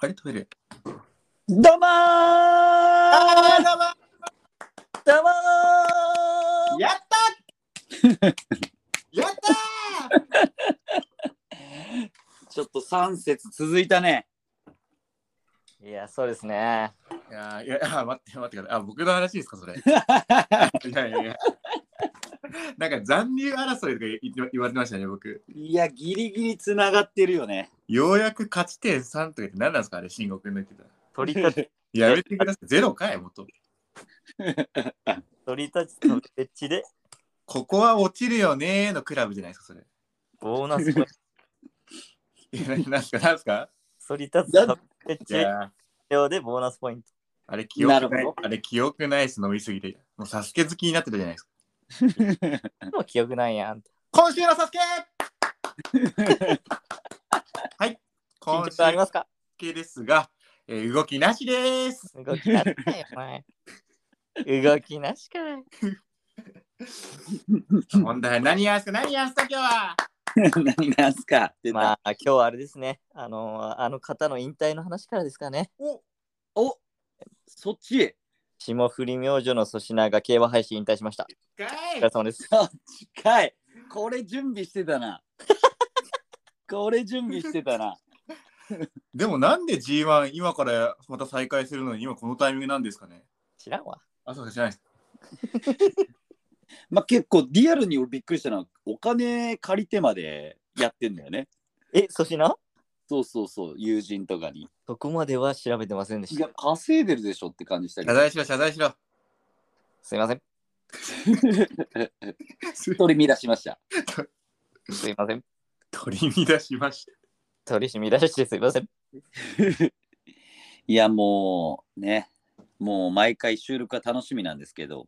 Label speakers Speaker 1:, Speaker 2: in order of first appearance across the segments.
Speaker 1: あれトイレ。
Speaker 2: どうもーどうも
Speaker 3: やったーやったー
Speaker 2: ーちょっと3節続いたね。
Speaker 3: いや、そうですね。
Speaker 1: いや ーいやあ待って待ってください。あ僕の話ですかそ れ。いやいやいや。なんか残留争いとか言って言われてましたね僕。
Speaker 2: いや、ギリギリつながってるよね。
Speaker 1: ようやく勝ち点3とかって何なんですかあれ慎吾君の言ってた。
Speaker 3: 鳥た ち、
Speaker 1: やめてください。ゼロかいもっと。
Speaker 3: 鳥たちと設置で、
Speaker 1: ここは落ちるよねーのクラブじゃないですかそれ。
Speaker 3: ボーナスポイン ト、
Speaker 1: いやなんですかなんですか
Speaker 3: 鳥たちと設
Speaker 1: じ
Speaker 3: 置
Speaker 1: ゃあ
Speaker 3: 用でボーナスポイント。
Speaker 1: あれ記憶ない
Speaker 2: なるほ
Speaker 1: あれ記憶ないし飲みすぎて。もうサスケ好きになってたじゃないですか。
Speaker 3: でも記憶ないやん。
Speaker 1: 今週の サスケはい。
Speaker 3: 緊
Speaker 1: 今週
Speaker 3: 張ありますか
Speaker 1: 系ですが、えー動きなし です。
Speaker 3: 動きなしかよ、お前。 動きなしかよ。
Speaker 1: 問題は何やんすか何やんすか今日は
Speaker 2: 何なんすか出た
Speaker 3: まあ、今日はあれですね。あのー、あの方の引退の話からですかね。
Speaker 2: おそっち
Speaker 3: 霜降り明星の粗品が競馬配信引退しました。
Speaker 1: か
Speaker 3: お
Speaker 1: い
Speaker 3: 疲れ様です。
Speaker 2: そっちかいこれ準備してたな。これ準備してたな。
Speaker 1: でもなんで G1 今からまた再開するのに今このタイミングなんですかね
Speaker 3: 知らんわ。
Speaker 1: あ、そうか知らないです。
Speaker 2: まあ結構リアルに俺びっくりしたのはお金借りてまでやってんだよね。
Speaker 3: え、粗品
Speaker 2: そうそうそう、友人とかに。
Speaker 3: そこまでは調べてませんで
Speaker 2: い
Speaker 3: した
Speaker 2: や。、稼いでるでしょって感じしたけ
Speaker 1: 謝
Speaker 2: ど。
Speaker 1: 罪しろ謝罪しろ。
Speaker 3: すいません。
Speaker 2: 取り乱しました。
Speaker 3: すいません。
Speaker 1: 取り乱しました。
Speaker 3: 取り締み出してすいません。
Speaker 2: いやもうねもう毎回収録が楽しみなんですけど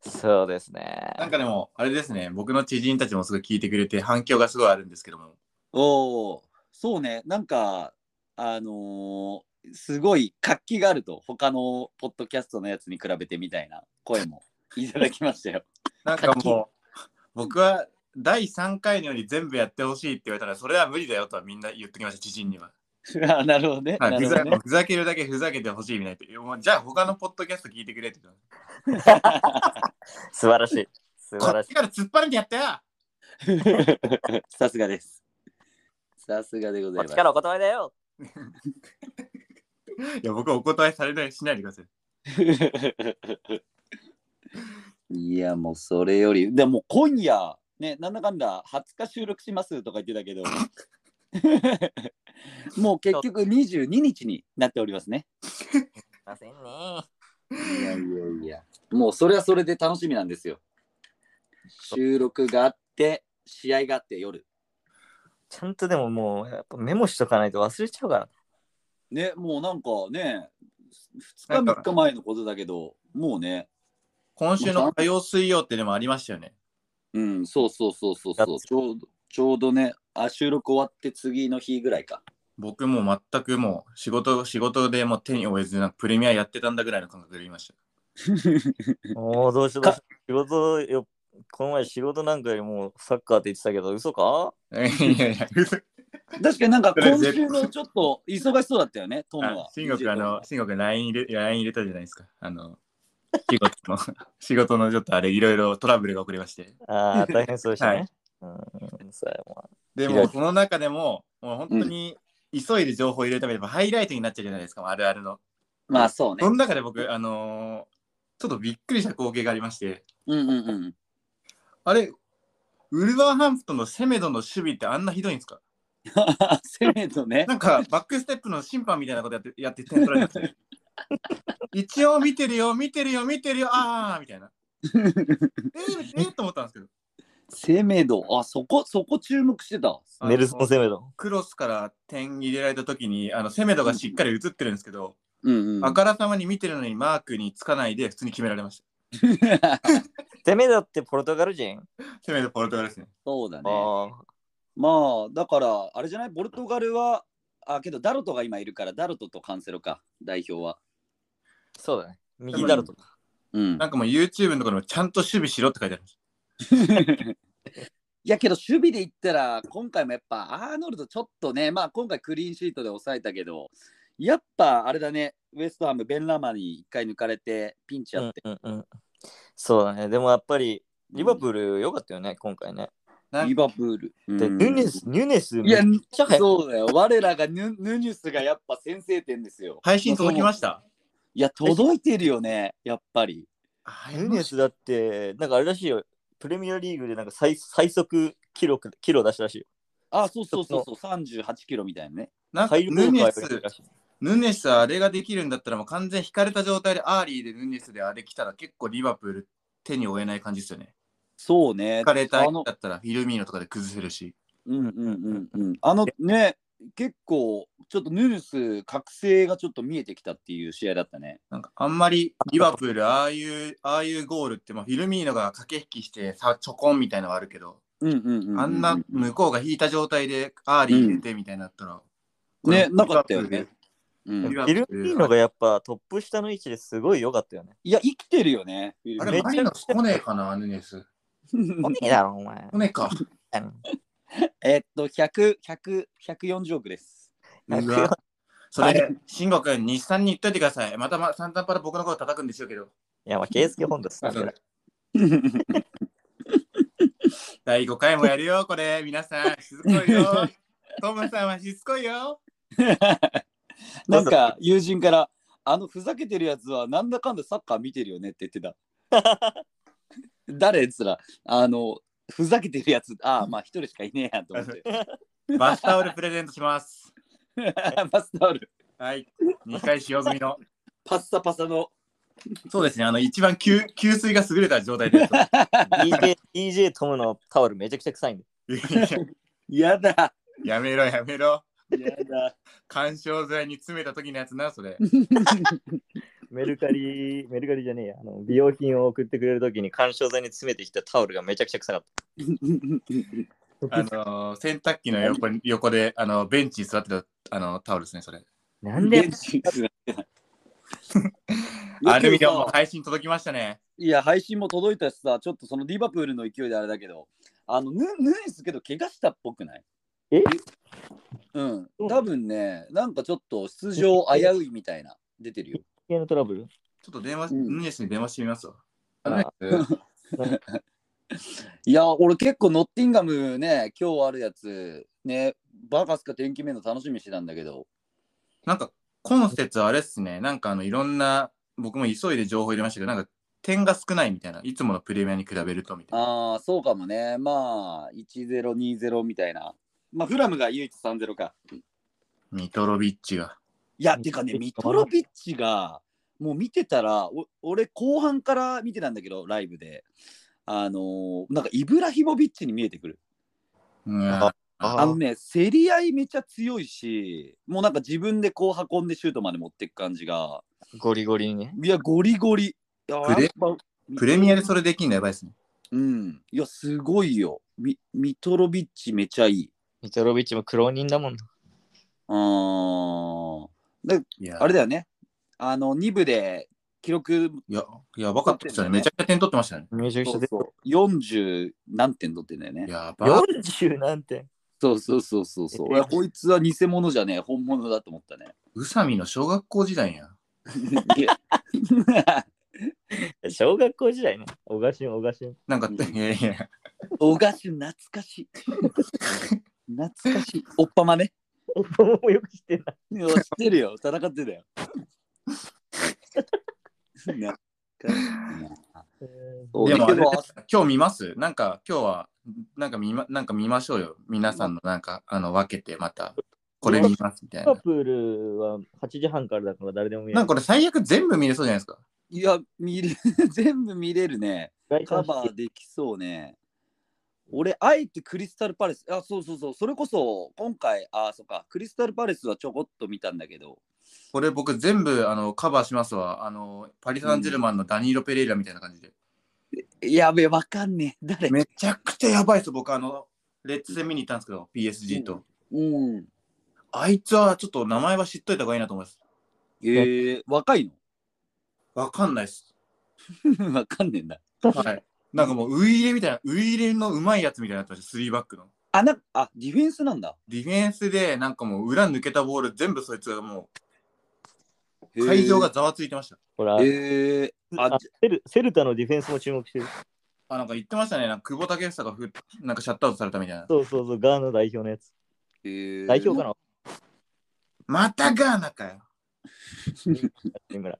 Speaker 3: そうですね。
Speaker 1: なんかでも、あれですね、僕の知人たちもすごい聞いてくれて反響がすごいあるんですけども。
Speaker 2: おおそうねなんかあのーすごい活気があると他のポッドキャストのやつに比べてみたいな声もいただきましたよ
Speaker 1: なんかもう、僕は第3回のように全部やってほしいって言われたら、それは無理だよとはみんな言ってきました、知人には。
Speaker 2: あなるほどね
Speaker 1: はい、
Speaker 2: な
Speaker 1: ふ
Speaker 2: るほ
Speaker 1: ざ
Speaker 2: どね
Speaker 1: ふざけるだけふざけてほしいみたいな。いやもうじゃあ他のポッドキャスト聞いてくれって言ってま
Speaker 3: 素晴らしい。素
Speaker 1: す。
Speaker 3: 晴
Speaker 1: こ
Speaker 3: ら
Speaker 1: っ
Speaker 3: し
Speaker 1: ちから突っ張るんでやったよ
Speaker 2: さすがですさすがでご
Speaker 3: い。
Speaker 2: ざいま
Speaker 3: こっち
Speaker 2: す
Speaker 3: からお断りだよ。
Speaker 1: いや、僕はお答えされないしないでください。
Speaker 2: いやもうそれよりでも今夜ねなんだかんだ20日収録しますとか言ってた けどもう結局22日になっておりますね
Speaker 3: すいませんね。
Speaker 2: いやいやいやもうそれはそれで楽しみなんですよ収録があって試合があって夜
Speaker 3: ちゃんとでももうやっぱメモしとかないと忘れちゃう から。
Speaker 2: ねもうなんかね
Speaker 1: な
Speaker 2: 2
Speaker 1: ん
Speaker 2: 日
Speaker 1: か
Speaker 2: 3日前のことだけどもうね
Speaker 1: 今週の火曜水曜ってでもありましたよね。
Speaker 2: うんそうそうそうそうそうちょうどちょうどねあ収録終わって次の日ぐら いか
Speaker 1: 僕もう全くもう仕事仕事でもう手に負えずなんかプレミアやってたんだぐらいの感覚で言いました。
Speaker 3: もうどうしようどうしよう。仕事よ、この前仕事なんかよりもサッカーって言ってたけど、嘘か
Speaker 1: いやいや、嘘
Speaker 2: 確かになんか
Speaker 1: それ
Speaker 2: 今
Speaker 1: 絶
Speaker 2: 週のちょっと忙しそうだったよね、ト ム
Speaker 1: あ
Speaker 2: は。
Speaker 1: 慎吾君、
Speaker 2: DJ
Speaker 1: あの
Speaker 2: ト、
Speaker 1: 慎吾君 LINE 入れ LINE 入れたじゃないですか。あの、仕事の、 仕事のちょっとあれ、いろいろトラブルが起こりまして。
Speaker 3: ああ、大変そうでしたね。うん、そうやも
Speaker 1: で
Speaker 3: い
Speaker 1: も、
Speaker 3: や
Speaker 1: この中でも、もう本当に急いで情報を入れるために、やっぱハイライトになっちゃうじゃないですか、あるあるの。
Speaker 2: ムまあそ
Speaker 1: そ
Speaker 2: うね。
Speaker 1: の中で僕、あのーちょっとびっくりした光景がありまして、
Speaker 2: うんうんうん。
Speaker 1: あれ、ウルバーハンプトンのセメドの守備ってあんなひどいんですか
Speaker 2: セメントね
Speaker 1: な。ん かバックステップの審判みたいなことやってやって点取られて一応見てるよ、見てるよ、見てるよ、あーみたいな。えー、えー、と思ったんですけど、
Speaker 2: セメド、あそこ、そこ注目してた。
Speaker 3: う。ネルソン・セメドン。
Speaker 1: クロスから点入れられた時に、あのセメドがしっかり映ってるんですけど、
Speaker 2: うんうん。
Speaker 1: あからさまに見てるのにマークにつかないで、普通に決められまし
Speaker 3: セメドってポルトガル人
Speaker 1: た。セメドポルトガルですね。
Speaker 2: そうだね。
Speaker 3: ああ。
Speaker 2: まあだから、あれじゃない、ポルトガルは、あ、けどダロトが今いるから、ダロトとカンセロか、代表は。
Speaker 3: そうだね。右だろとか。
Speaker 2: ううん
Speaker 1: な、んかもう YouTube のところにもちゃんと守備しろって書いてあるんです
Speaker 2: いやけど守備で言ったら今回もやっぱアーノルドちょっとねまあ今回クリーンシートで抑えたけどやっぱあれだねウエストハムベン・ラマに一回抜かれてピンチあって、
Speaker 3: うんうんうんそうだね。でもやっぱり、リバプ
Speaker 2: ー
Speaker 3: ール良かったよね、今回ね。
Speaker 1: なん
Speaker 2: リバプール、
Speaker 3: で、
Speaker 2: うん
Speaker 3: ニュネス、ニュネス、
Speaker 2: いや
Speaker 3: めっちゃ早い
Speaker 2: そうだよ我らがヌヌニュスがやっぱ先制点ですよ
Speaker 1: 配信届きました
Speaker 2: いや届いてるよねやっぱり
Speaker 1: あ
Speaker 3: ヌネスだって、なんかあれらしいよ。プレミアリーグでなんか最最速記録、キロ出したらしいよ。
Speaker 2: あそうそうそうそう38キロみたいなね
Speaker 1: なんか
Speaker 3: ハイ
Speaker 1: ヌネス、
Speaker 3: らしい。
Speaker 1: ヌネスあれができるんだったらもう完全引かれた状態でアーリーでヌネスであれ来たら結構リバプール手に負えない感じですよね。
Speaker 2: そうね
Speaker 1: 引かれた
Speaker 2: あ
Speaker 1: だ
Speaker 2: の
Speaker 1: ったらフィルミーノとかで崩せるし。
Speaker 2: うんうんうんうん。あのね、結構、ちょっとヌルス、覚醒がちょっと見えてきたっていう試合だったね。
Speaker 1: なんかあんまりリバプールああいう、ああいうゴールってまあフィルミーノが駆け引きしてさちょこんみたいなのはあるけど、
Speaker 2: うんうんうん、うん。
Speaker 1: あんな向こうが引いた状態でアーリー入れてみたいになったら。
Speaker 2: ね、
Speaker 1: これ
Speaker 2: なかったよね。。うん
Speaker 1: リ
Speaker 3: フ
Speaker 1: バプー
Speaker 3: ィ
Speaker 1: ル
Speaker 3: ルミーノがやっぱトップ下の位置ですごい良かったよね。
Speaker 2: いや、生きてるよね。フィル
Speaker 1: あ
Speaker 2: ミ
Speaker 1: れ、
Speaker 3: め
Speaker 1: マリノス来ねえかな、ヌネス。
Speaker 3: おめえだろ、お前。
Speaker 1: 来ねえ か。
Speaker 2: えっと、100、100、140億です。
Speaker 1: うわ。それ、慎吾君、日産に言っといてください。またま、三段から僕のこと叩くんでしょうけど。
Speaker 3: いや、まあ、圭介本土さ
Speaker 1: あ
Speaker 3: ん
Speaker 1: そうだ 第5回もやるよ、これ。皆さん、しつこい よ。トムさんはしつこいよ。
Speaker 2: なんか、友人から、あのふざけてるやつは、なんだかんだサッカー見てるよねって言ってた。 誰っつら、あの、ふざけてるやつ、ああ、まあ、一人しかいねえやと 思って。
Speaker 1: バスタオルプレゼントします。
Speaker 2: バスタオル。
Speaker 1: はい。2回使用済みの。
Speaker 2: パッサパサの。
Speaker 1: そうですね、あの、一番吸吸水が優れた状態 です。
Speaker 3: DJ、DJ トムのタオルめちゃくちゃ臭いんで。
Speaker 2: やだ。
Speaker 1: やめろ、やめろ。
Speaker 2: やだ。
Speaker 1: 緩衝材に詰めた時のやつな、それ。
Speaker 3: メルカリ、メルカリじゃねえや。あの美容品を送ってくれるときに干渉剤に詰めてきたタオルがめちゃくちゃ臭かっ
Speaker 1: あ
Speaker 3: た。
Speaker 1: のー洗濯機の横に横であのベンチに座ってたあのタオルですね、それ。
Speaker 3: な んで
Speaker 1: アルミでも
Speaker 2: も。
Speaker 1: 配信届きましたね。
Speaker 2: いや、配信も届いたしさ、ちょっとそのリバプールの勢いであれだけど、あの、ヌヌネスけど、怪我したっぽくない
Speaker 3: え
Speaker 2: うん。多分ね、なんかちょっと出場危ういみたいな、出てるよ。
Speaker 3: 系のトラブル
Speaker 1: ちょっと電話、
Speaker 2: うん
Speaker 1: ヌニエスに電話してみますわ。
Speaker 3: あ
Speaker 1: あの
Speaker 2: いや、俺結構ノッティンガムね、今日あるやつ、ね、バカスか天気目の楽しみにしてたんだけど、
Speaker 1: なんか、今節あれっすね、なんかあのいろんな、僕も急いで情報入れましたけど、なんか点が少ないみたいな、いつものプレミアに比べるとみたいな。
Speaker 2: ああ、そうかもね。まあ、1020みたいな。まあ、フラムが唯一30か。
Speaker 1: ミトロビッチが。
Speaker 2: いや、てかね、ミ
Speaker 3: ミ
Speaker 2: ト
Speaker 3: ト
Speaker 2: ロ
Speaker 3: ロ
Speaker 2: ビッチが、もう見てたら、お俺、後半から見てたんだけど、ライブで。あのーなんかイブラヒモビッチに見えてくる。
Speaker 1: うん
Speaker 3: あ
Speaker 2: あのね、競り合いめちゃ強いし、もうなんか自分でこう運んでシュートまで持ってく感じが、
Speaker 3: ゴリゴリにね。
Speaker 2: いや、ゴリゴリ。いや
Speaker 1: プレ
Speaker 2: やっぱ
Speaker 1: プレミアでそれできんのやばいっすね。
Speaker 2: うん。いや、すごいよ。ミミトロビッチめちゃいい。
Speaker 3: ミトロビッチも苦労人だもんな。
Speaker 2: あー
Speaker 1: いや、
Speaker 2: あれだよね。あの、2部で記録、
Speaker 1: いや、やばかったっすよね。めちゃくちゃ点取ってましたね。
Speaker 3: めちゃくち
Speaker 2: そ
Speaker 3: ゃ
Speaker 2: う
Speaker 3: 出て
Speaker 2: そう40何点取ってんだよね。
Speaker 1: やば。
Speaker 3: 40なんて。
Speaker 2: そうそうそうそうそう。
Speaker 3: え
Speaker 2: いやこいつは偽物じゃねえ、本物だと思ったね。
Speaker 1: 宇佐美の小学校時代や。
Speaker 2: いや
Speaker 3: 小学校時代ね。おがしん、おがしん。
Speaker 1: なんか、
Speaker 2: うん
Speaker 1: いやいや、
Speaker 2: お菓子懐かしい。懐かしい。おっぱまね。
Speaker 3: お友もよく知ってんな。
Speaker 2: いや知ってるよ。戦ってたよ。懐かしいなそう
Speaker 1: でもあれ
Speaker 2: でも
Speaker 1: 今日見ますなんか今日はなんか見まなんか見ましょうよ皆さんのなんかあの分けてまたこれ見ますみたい
Speaker 3: カ
Speaker 1: な
Speaker 3: プールは8時半からだから誰でも見
Speaker 1: なんかこれ最悪全部見れそうじゃないですか
Speaker 2: いや、見れ全部見れるね。
Speaker 3: れ
Speaker 2: カバーできそうね。俺、あえてクリスタルパレス、あ、そうそうそう、それこそ、今回、あ、そっか、クリスタルパレスはちょこっと見たんだけど、
Speaker 1: これ僕全部あのカバーしますわあのパリ・サンジェルマンのダニーロ・ペレイラみたいな感じで、
Speaker 2: やべえ、わかんねえ、誰
Speaker 1: めちゃくちゃやばいです僕あのレッツ戦見に行ったんですけど PSG と、
Speaker 2: うん。
Speaker 1: あいつはちょっと名前は知っといた方がいいなと思います
Speaker 2: えー、若いの
Speaker 1: わかんないです
Speaker 2: わかんねえんだ。
Speaker 1: はい。なんかもう、ウイイレみたいな、ウイイレのうまいやつみたいになってました、スリーバックの。
Speaker 2: あ、なあディフェンスなんだ。
Speaker 1: ディフェンスで、なんかもう、裏抜けたボール、全部そいつがもう、会場がざわついてました。
Speaker 3: ほら、
Speaker 2: へえへえ
Speaker 3: あ
Speaker 2: あ
Speaker 3: セルセルタのディフェンスも注目してる。
Speaker 1: あ、なんか言ってましたね。なんか久保建英がふ、なんかシャットアウトされたみたいな。
Speaker 3: そうそうそう、ガーナ代表のやつ。
Speaker 2: へえ
Speaker 3: 代表かな
Speaker 1: またガーナかよ。
Speaker 3: 井村。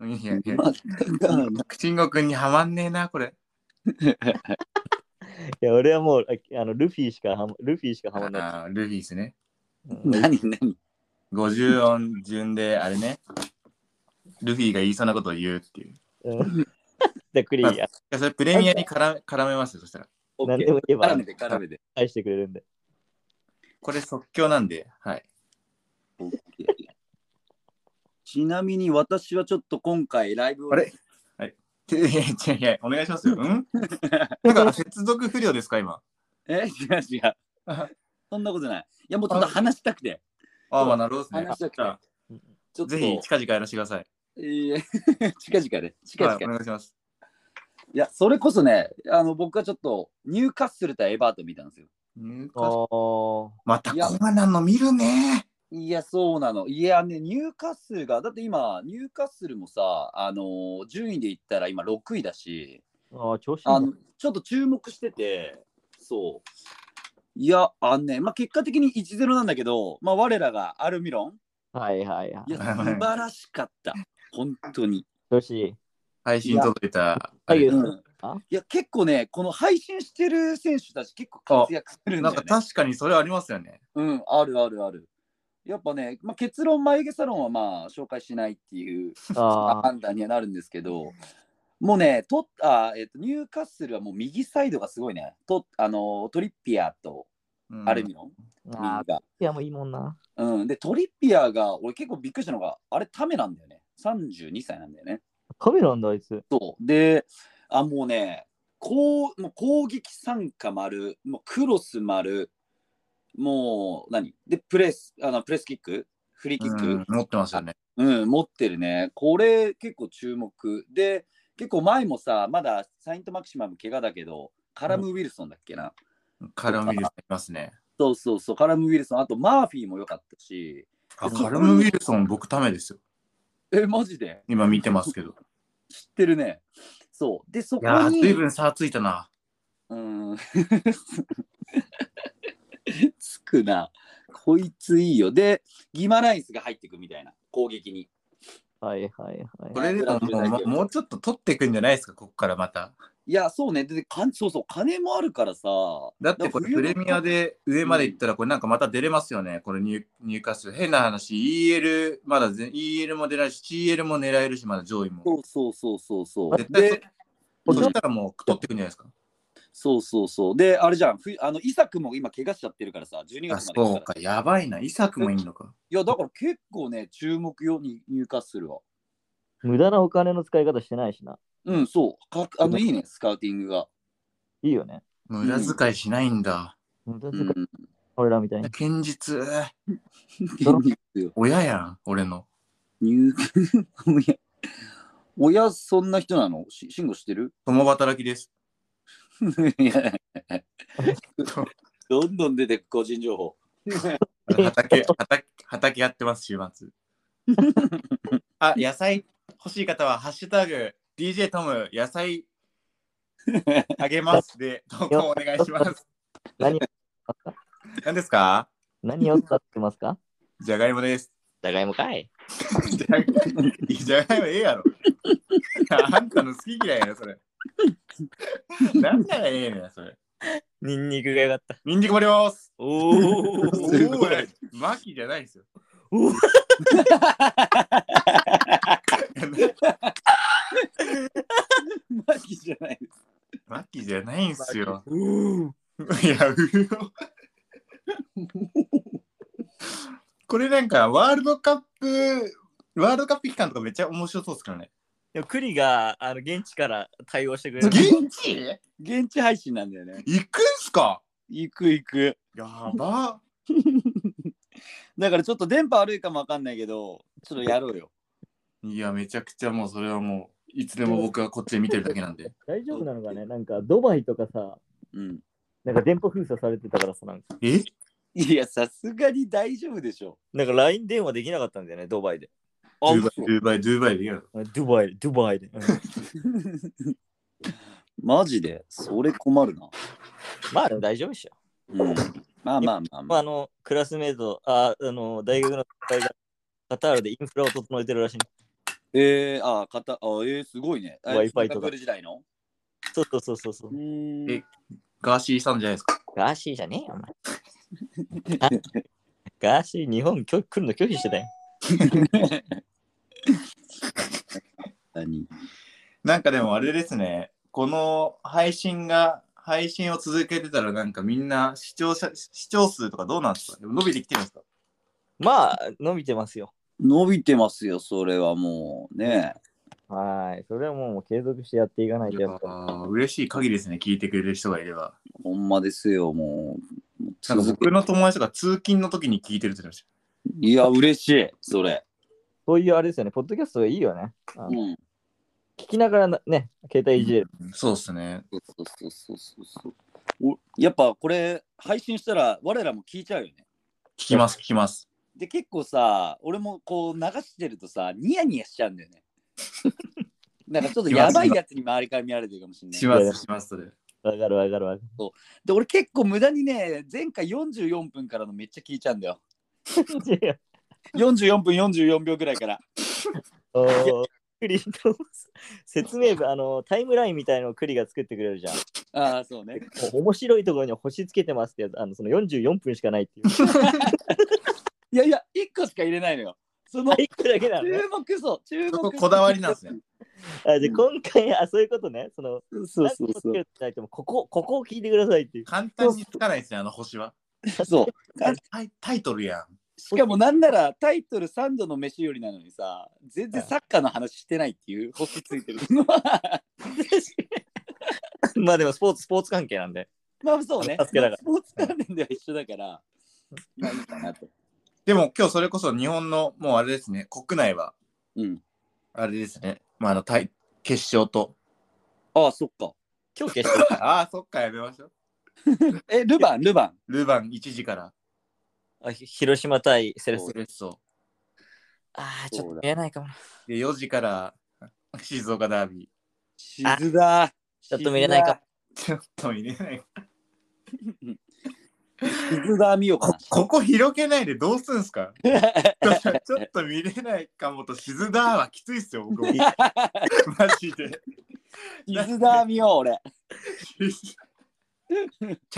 Speaker 1: いやいや、
Speaker 2: また ガーナ
Speaker 1: 慎吾君にはまんねえな、これ。
Speaker 3: いや、俺はもう、ああのルフィしかはま、ルフィしかはまんな
Speaker 1: あールフィですね。
Speaker 3: い。うん
Speaker 2: 何何
Speaker 1: 50音順で、あれね。ルフィが言いそうなことを言うっていう。い
Speaker 3: うんざっくり、
Speaker 1: まや、それプレミアに絡め絡めますよ、そしたら。
Speaker 2: オッ
Speaker 3: 何
Speaker 2: ケ
Speaker 3: で
Speaker 2: ー
Speaker 3: も言えば
Speaker 2: 絡めて絡めて。
Speaker 3: 愛してくれるんで。
Speaker 1: これ即興なんで、 はい。
Speaker 2: オッケーちなみに私はちょっと今回ライブを
Speaker 1: あれいやいやいや、お願いし ますよ。うんなんか接続不良ですか、今。
Speaker 2: え違う違う。
Speaker 1: あ
Speaker 2: そんなことない。いやもうちょっと話したくて。
Speaker 1: あ、まあ、なるほどで
Speaker 2: 話し
Speaker 1: すね
Speaker 2: たくて。ちょっと。
Speaker 1: ぜひ近々やらせてください。
Speaker 2: いえ 近々ね。近々。
Speaker 1: はい、お願いします。
Speaker 2: いや、それこそね、あの僕はちょっとニューカッスル対エバートン見たんですよ。
Speaker 1: 入
Speaker 3: ああ
Speaker 1: 荷
Speaker 3: ー。
Speaker 1: またこんなの見るね。
Speaker 2: いや、そうなの。いやね、ニューカッスルが、だって今、ニューカッスルもさ、あのー順位で言ったら今6位だし、
Speaker 3: ああ、調子いい
Speaker 2: あ
Speaker 3: な
Speaker 2: のちょっと注目してて、そう。いや、あのね、まあ、結果的に1-0なんだけど、まあ、我らがアルミロン、
Speaker 3: はいはいはい
Speaker 2: い。や、素晴らしかった。本当に。
Speaker 3: 調子いい。
Speaker 1: 配信届いた。
Speaker 3: は
Speaker 1: あ
Speaker 3: い
Speaker 1: れ
Speaker 2: うんいや、結構ね、この配信してる選手たち、結構活躍するん
Speaker 1: な
Speaker 2: だ
Speaker 1: ん
Speaker 2: よ、ね
Speaker 1: か。確かにそれありますよね。
Speaker 2: うん、あるあるある。やっぱね、まあ、結論、眉毛サロンはまあ紹介しないっていう まあ
Speaker 3: ああ、
Speaker 2: 判断にはなるんですけど、もうね、とあえっとニューカッスルはもう右サイドがすごいね、とあのトリッピアと
Speaker 1: うん
Speaker 2: アルミロン、右
Speaker 3: ああ、
Speaker 2: が、
Speaker 3: いやもういいもんな。
Speaker 2: うん。で、トリッピアが、俺結構びっくりしたのが、あれ、ためなんだよね。32歳なんだよね。
Speaker 3: カメラなんだ、あいつ。
Speaker 2: そうで、あ、もうね、こうもう攻撃参加丸、もうクロス丸、もう何で、プレス、あのプレスキック、フリーキック。
Speaker 1: うん持ってますよね。
Speaker 2: うん、持ってるね。これ結構注目。で、結構前もさ、まだサイントマキシマム怪我だけど、カラム・ウィルソンだっけな。
Speaker 1: カルムウィルソンいますね。
Speaker 2: そうそうそう、カラム・ウィルソン。あと、マーフィーも良かったし。
Speaker 1: あ、
Speaker 2: そう
Speaker 1: カルムウィルソン僕ためですよ。
Speaker 2: え、マジで
Speaker 1: 今見てますけど。
Speaker 2: 知ってるね。そう。で、そ
Speaker 1: い
Speaker 2: こ
Speaker 1: やー、
Speaker 2: に。
Speaker 1: 随分差ついたな。
Speaker 2: うん。 つくな。こいついいよ。で、ギマラインスが入ってくみたいな、攻撃に。
Speaker 3: はいはい
Speaker 1: こ
Speaker 3: はい。
Speaker 1: れでももうもうもうちょっと取っていくんじゃないですか、ここからまた。
Speaker 2: いや、そうね。で、かんそうそう、金もあるからさ。
Speaker 1: だってこれプレミアで上まで行ったらこれなんかまた出れますよね、これ入入荷数。変な話、EL、まだ全 EL も出ないし、CL も狙えるし、まだ上位も。
Speaker 2: そうそうそうそうそう。
Speaker 1: 絶対
Speaker 2: で
Speaker 1: そ
Speaker 2: うん
Speaker 1: そしたらもう取っていくんじゃないですか。
Speaker 2: そうそうそう。で、あれじゃん、ふあのイサクも今、怪我しちゃってるからさ、12
Speaker 1: あ、
Speaker 2: 月
Speaker 1: そ
Speaker 2: まで来た
Speaker 1: う
Speaker 2: か
Speaker 1: か、
Speaker 2: ら。
Speaker 1: やばいな、イサクもいいのか。
Speaker 2: いや、だから結構ね、注目よ、に入荷するわ。
Speaker 3: 無駄なお金の使い方してないしな。
Speaker 2: うん、そう。かあのいいね、スカウティングが。
Speaker 3: いいよね。
Speaker 1: 無駄遣いしないんだ。
Speaker 3: 無駄
Speaker 2: う
Speaker 3: 遣い
Speaker 2: ん、
Speaker 3: 俺らみ たいに。
Speaker 1: 堅実、
Speaker 2: 現実よ
Speaker 1: 親やん、俺の。
Speaker 2: 入荷いや親、そんな人なのし慎吾してる
Speaker 1: 共働きです。
Speaker 2: い やどんどん出てく、個人情報。
Speaker 1: 畑、畑、畑やってます、週末。あ、野菜欲しい方は、ハッシュタグ、DJ トム、野菜あげますで、投稿お願いします。
Speaker 3: 何
Speaker 1: 何ですか
Speaker 3: 何を使ってますか
Speaker 1: じゃがいもです。
Speaker 3: じゃがいもかい。
Speaker 1: じゃがいもいやじゃがいもええやろ。あんたの好き嫌いやろ、それ。なんならええねん、それ。
Speaker 3: ニンニクがよかった。
Speaker 1: ニンニクもります。
Speaker 3: おお。
Speaker 2: すごい
Speaker 1: おー。マキじゃないですよ。
Speaker 2: マジじゃないです。
Speaker 1: マキじゃないんすよ。
Speaker 3: うん。
Speaker 1: いや、うよ。これなんか、ワールドカップ、ワールドカップ期間とかめっちゃ面白そうですからね。
Speaker 3: でもクリがあの現地から対応してくれる。
Speaker 1: 現地
Speaker 2: 現地配信なんだよね。
Speaker 1: 行くんすか
Speaker 2: 行く行く。
Speaker 1: やば。
Speaker 2: だからちょっと電波悪いかもわかんないけど、ちょっとやろうよ。
Speaker 1: いや、めちゃくちゃもうそれはもいつでも僕はこっちで見てるだけなん で。
Speaker 3: 大丈夫なのかねなんかドバイとかさ、
Speaker 2: うん。
Speaker 3: なんか電波封鎖されてたからさ、なんか
Speaker 1: え
Speaker 2: いや、さすがに大丈夫でしょ。
Speaker 3: なんか LINE 電話できなかったんだよね、ドバイで。
Speaker 1: ド
Speaker 2: あ、
Speaker 1: ゥーバイ、ドゥーバイ、ドゥーバイできる
Speaker 3: ドバイ、ドバイで。うん
Speaker 2: マジで、それ困るな。
Speaker 3: まあでも大丈夫でしょ。
Speaker 2: うん。まあまあまあま
Speaker 3: まあ、
Speaker 2: あ。
Speaker 3: あの、クラスメイト、ああの、大学の先輩がカタールでインフラを整えてるらしい。
Speaker 2: えー、あ、かた、あ、えー、すごいね。え
Speaker 3: Wi-Fi とか
Speaker 2: シンガポール時代の
Speaker 3: そうそうそうそうそ
Speaker 2: う。
Speaker 3: う
Speaker 2: ーん
Speaker 1: え。ガーシーさんじゃないですか。
Speaker 3: ガーシーじゃねえよ、お前。 ガーシー、日本きょ来るの拒否してたよ。
Speaker 2: 何
Speaker 1: なんかでもあれですね、この配信が、配信を続けてたら、なんかみんな視聴者、視聴数とかどうなんですかでも伸びてきてるんですか
Speaker 3: まあ、伸びてますよ。
Speaker 2: 伸びてますよ、それはもうね。
Speaker 3: はい。それはもう継続してやっていかないとやっぱ。
Speaker 1: あー嬉しい限りですね、聞いてくれる人がいれば。
Speaker 2: ほんまですよ、もう。もう
Speaker 1: なんか
Speaker 2: 続け
Speaker 1: 僕の友達が通勤の時に聞いてるって言ってまし
Speaker 2: いや、嬉しい、それ。
Speaker 3: そういうあれですよね、ポッドキャストがいいよね。あの
Speaker 2: うん。
Speaker 3: 聞きながらなね、携帯いじれる。
Speaker 1: た。そうですね。
Speaker 2: そうそうそうそうそうお。やっぱこれ、配信したら我らも聞いちゃうよね。
Speaker 1: 聞きます、聞きます。
Speaker 2: で、結構さ、俺もこう流してるとさ、ニヤニヤしちゃうんだ よね。なんかちょっとやばいやつに周りから見られてるかもしれない
Speaker 1: し。ます、します、それ。
Speaker 3: わかるわかるわかる。
Speaker 2: で、俺結構無駄にね、前回44分からのめっちゃ聞いちゃうんだよ。44分44秒ぐらいから。
Speaker 3: おークリの説明文、あの、タイムラインみたいのをクリが作ってくれるじゃん。
Speaker 2: ああ、そうね。
Speaker 3: もう面白いところに星つけてますってやつ、あの、その44分しかないっていう。
Speaker 2: いやいや、1個しか入れないのよ。その
Speaker 3: あ、一個だけなのね。
Speaker 2: 注目そう、注
Speaker 1: そ
Speaker 2: 目
Speaker 1: ここだわりなんですね。
Speaker 3: あじゃあ今回、あ、そういうことね。その、
Speaker 2: そうそうそう。
Speaker 3: 何個つけてもここ、ここを聞いてくださいっていう。
Speaker 1: 簡単につかないですね、あの星は。
Speaker 2: そう。
Speaker 1: タイタイトルやん。
Speaker 2: しかもなんならタイトル「三度の飯」よりなのにさ全然サッカーの話してないっていう星ついてる
Speaker 3: まあでもスポーツ、スポーツ関係なんで。
Speaker 2: まあそうね
Speaker 3: 助けだから
Speaker 2: スポーツ関連では一緒だからまあいいかなと
Speaker 1: でも今日それこそ日本の、もうあれですね、国内は、
Speaker 2: うん
Speaker 1: あれですね、まあ、あの、タイ決勝と。
Speaker 2: ああそっか
Speaker 3: 今日決勝。
Speaker 1: ああ、そっか、やめましょう。
Speaker 2: えルヴァンルヴァン
Speaker 1: ルヴァン1時から。
Speaker 3: あひ広島対セレッソ
Speaker 1: セ。レッソ。
Speaker 3: ああ、
Speaker 2: そうだ
Speaker 3: ちょっと見えないかもな。
Speaker 1: で、4時から、静岡ダービ
Speaker 2: シズだ
Speaker 3: ちょっと見れないか
Speaker 1: ー。ちょっと見れない。
Speaker 2: シズだ見ようか
Speaker 1: こ
Speaker 2: な
Speaker 1: ここ広げないでどうすんすか ちょっとちょっと見れないかもと、シズダーはきついっすよ、僕も。 マジで。
Speaker 2: シズだ見よう俺
Speaker 1: チ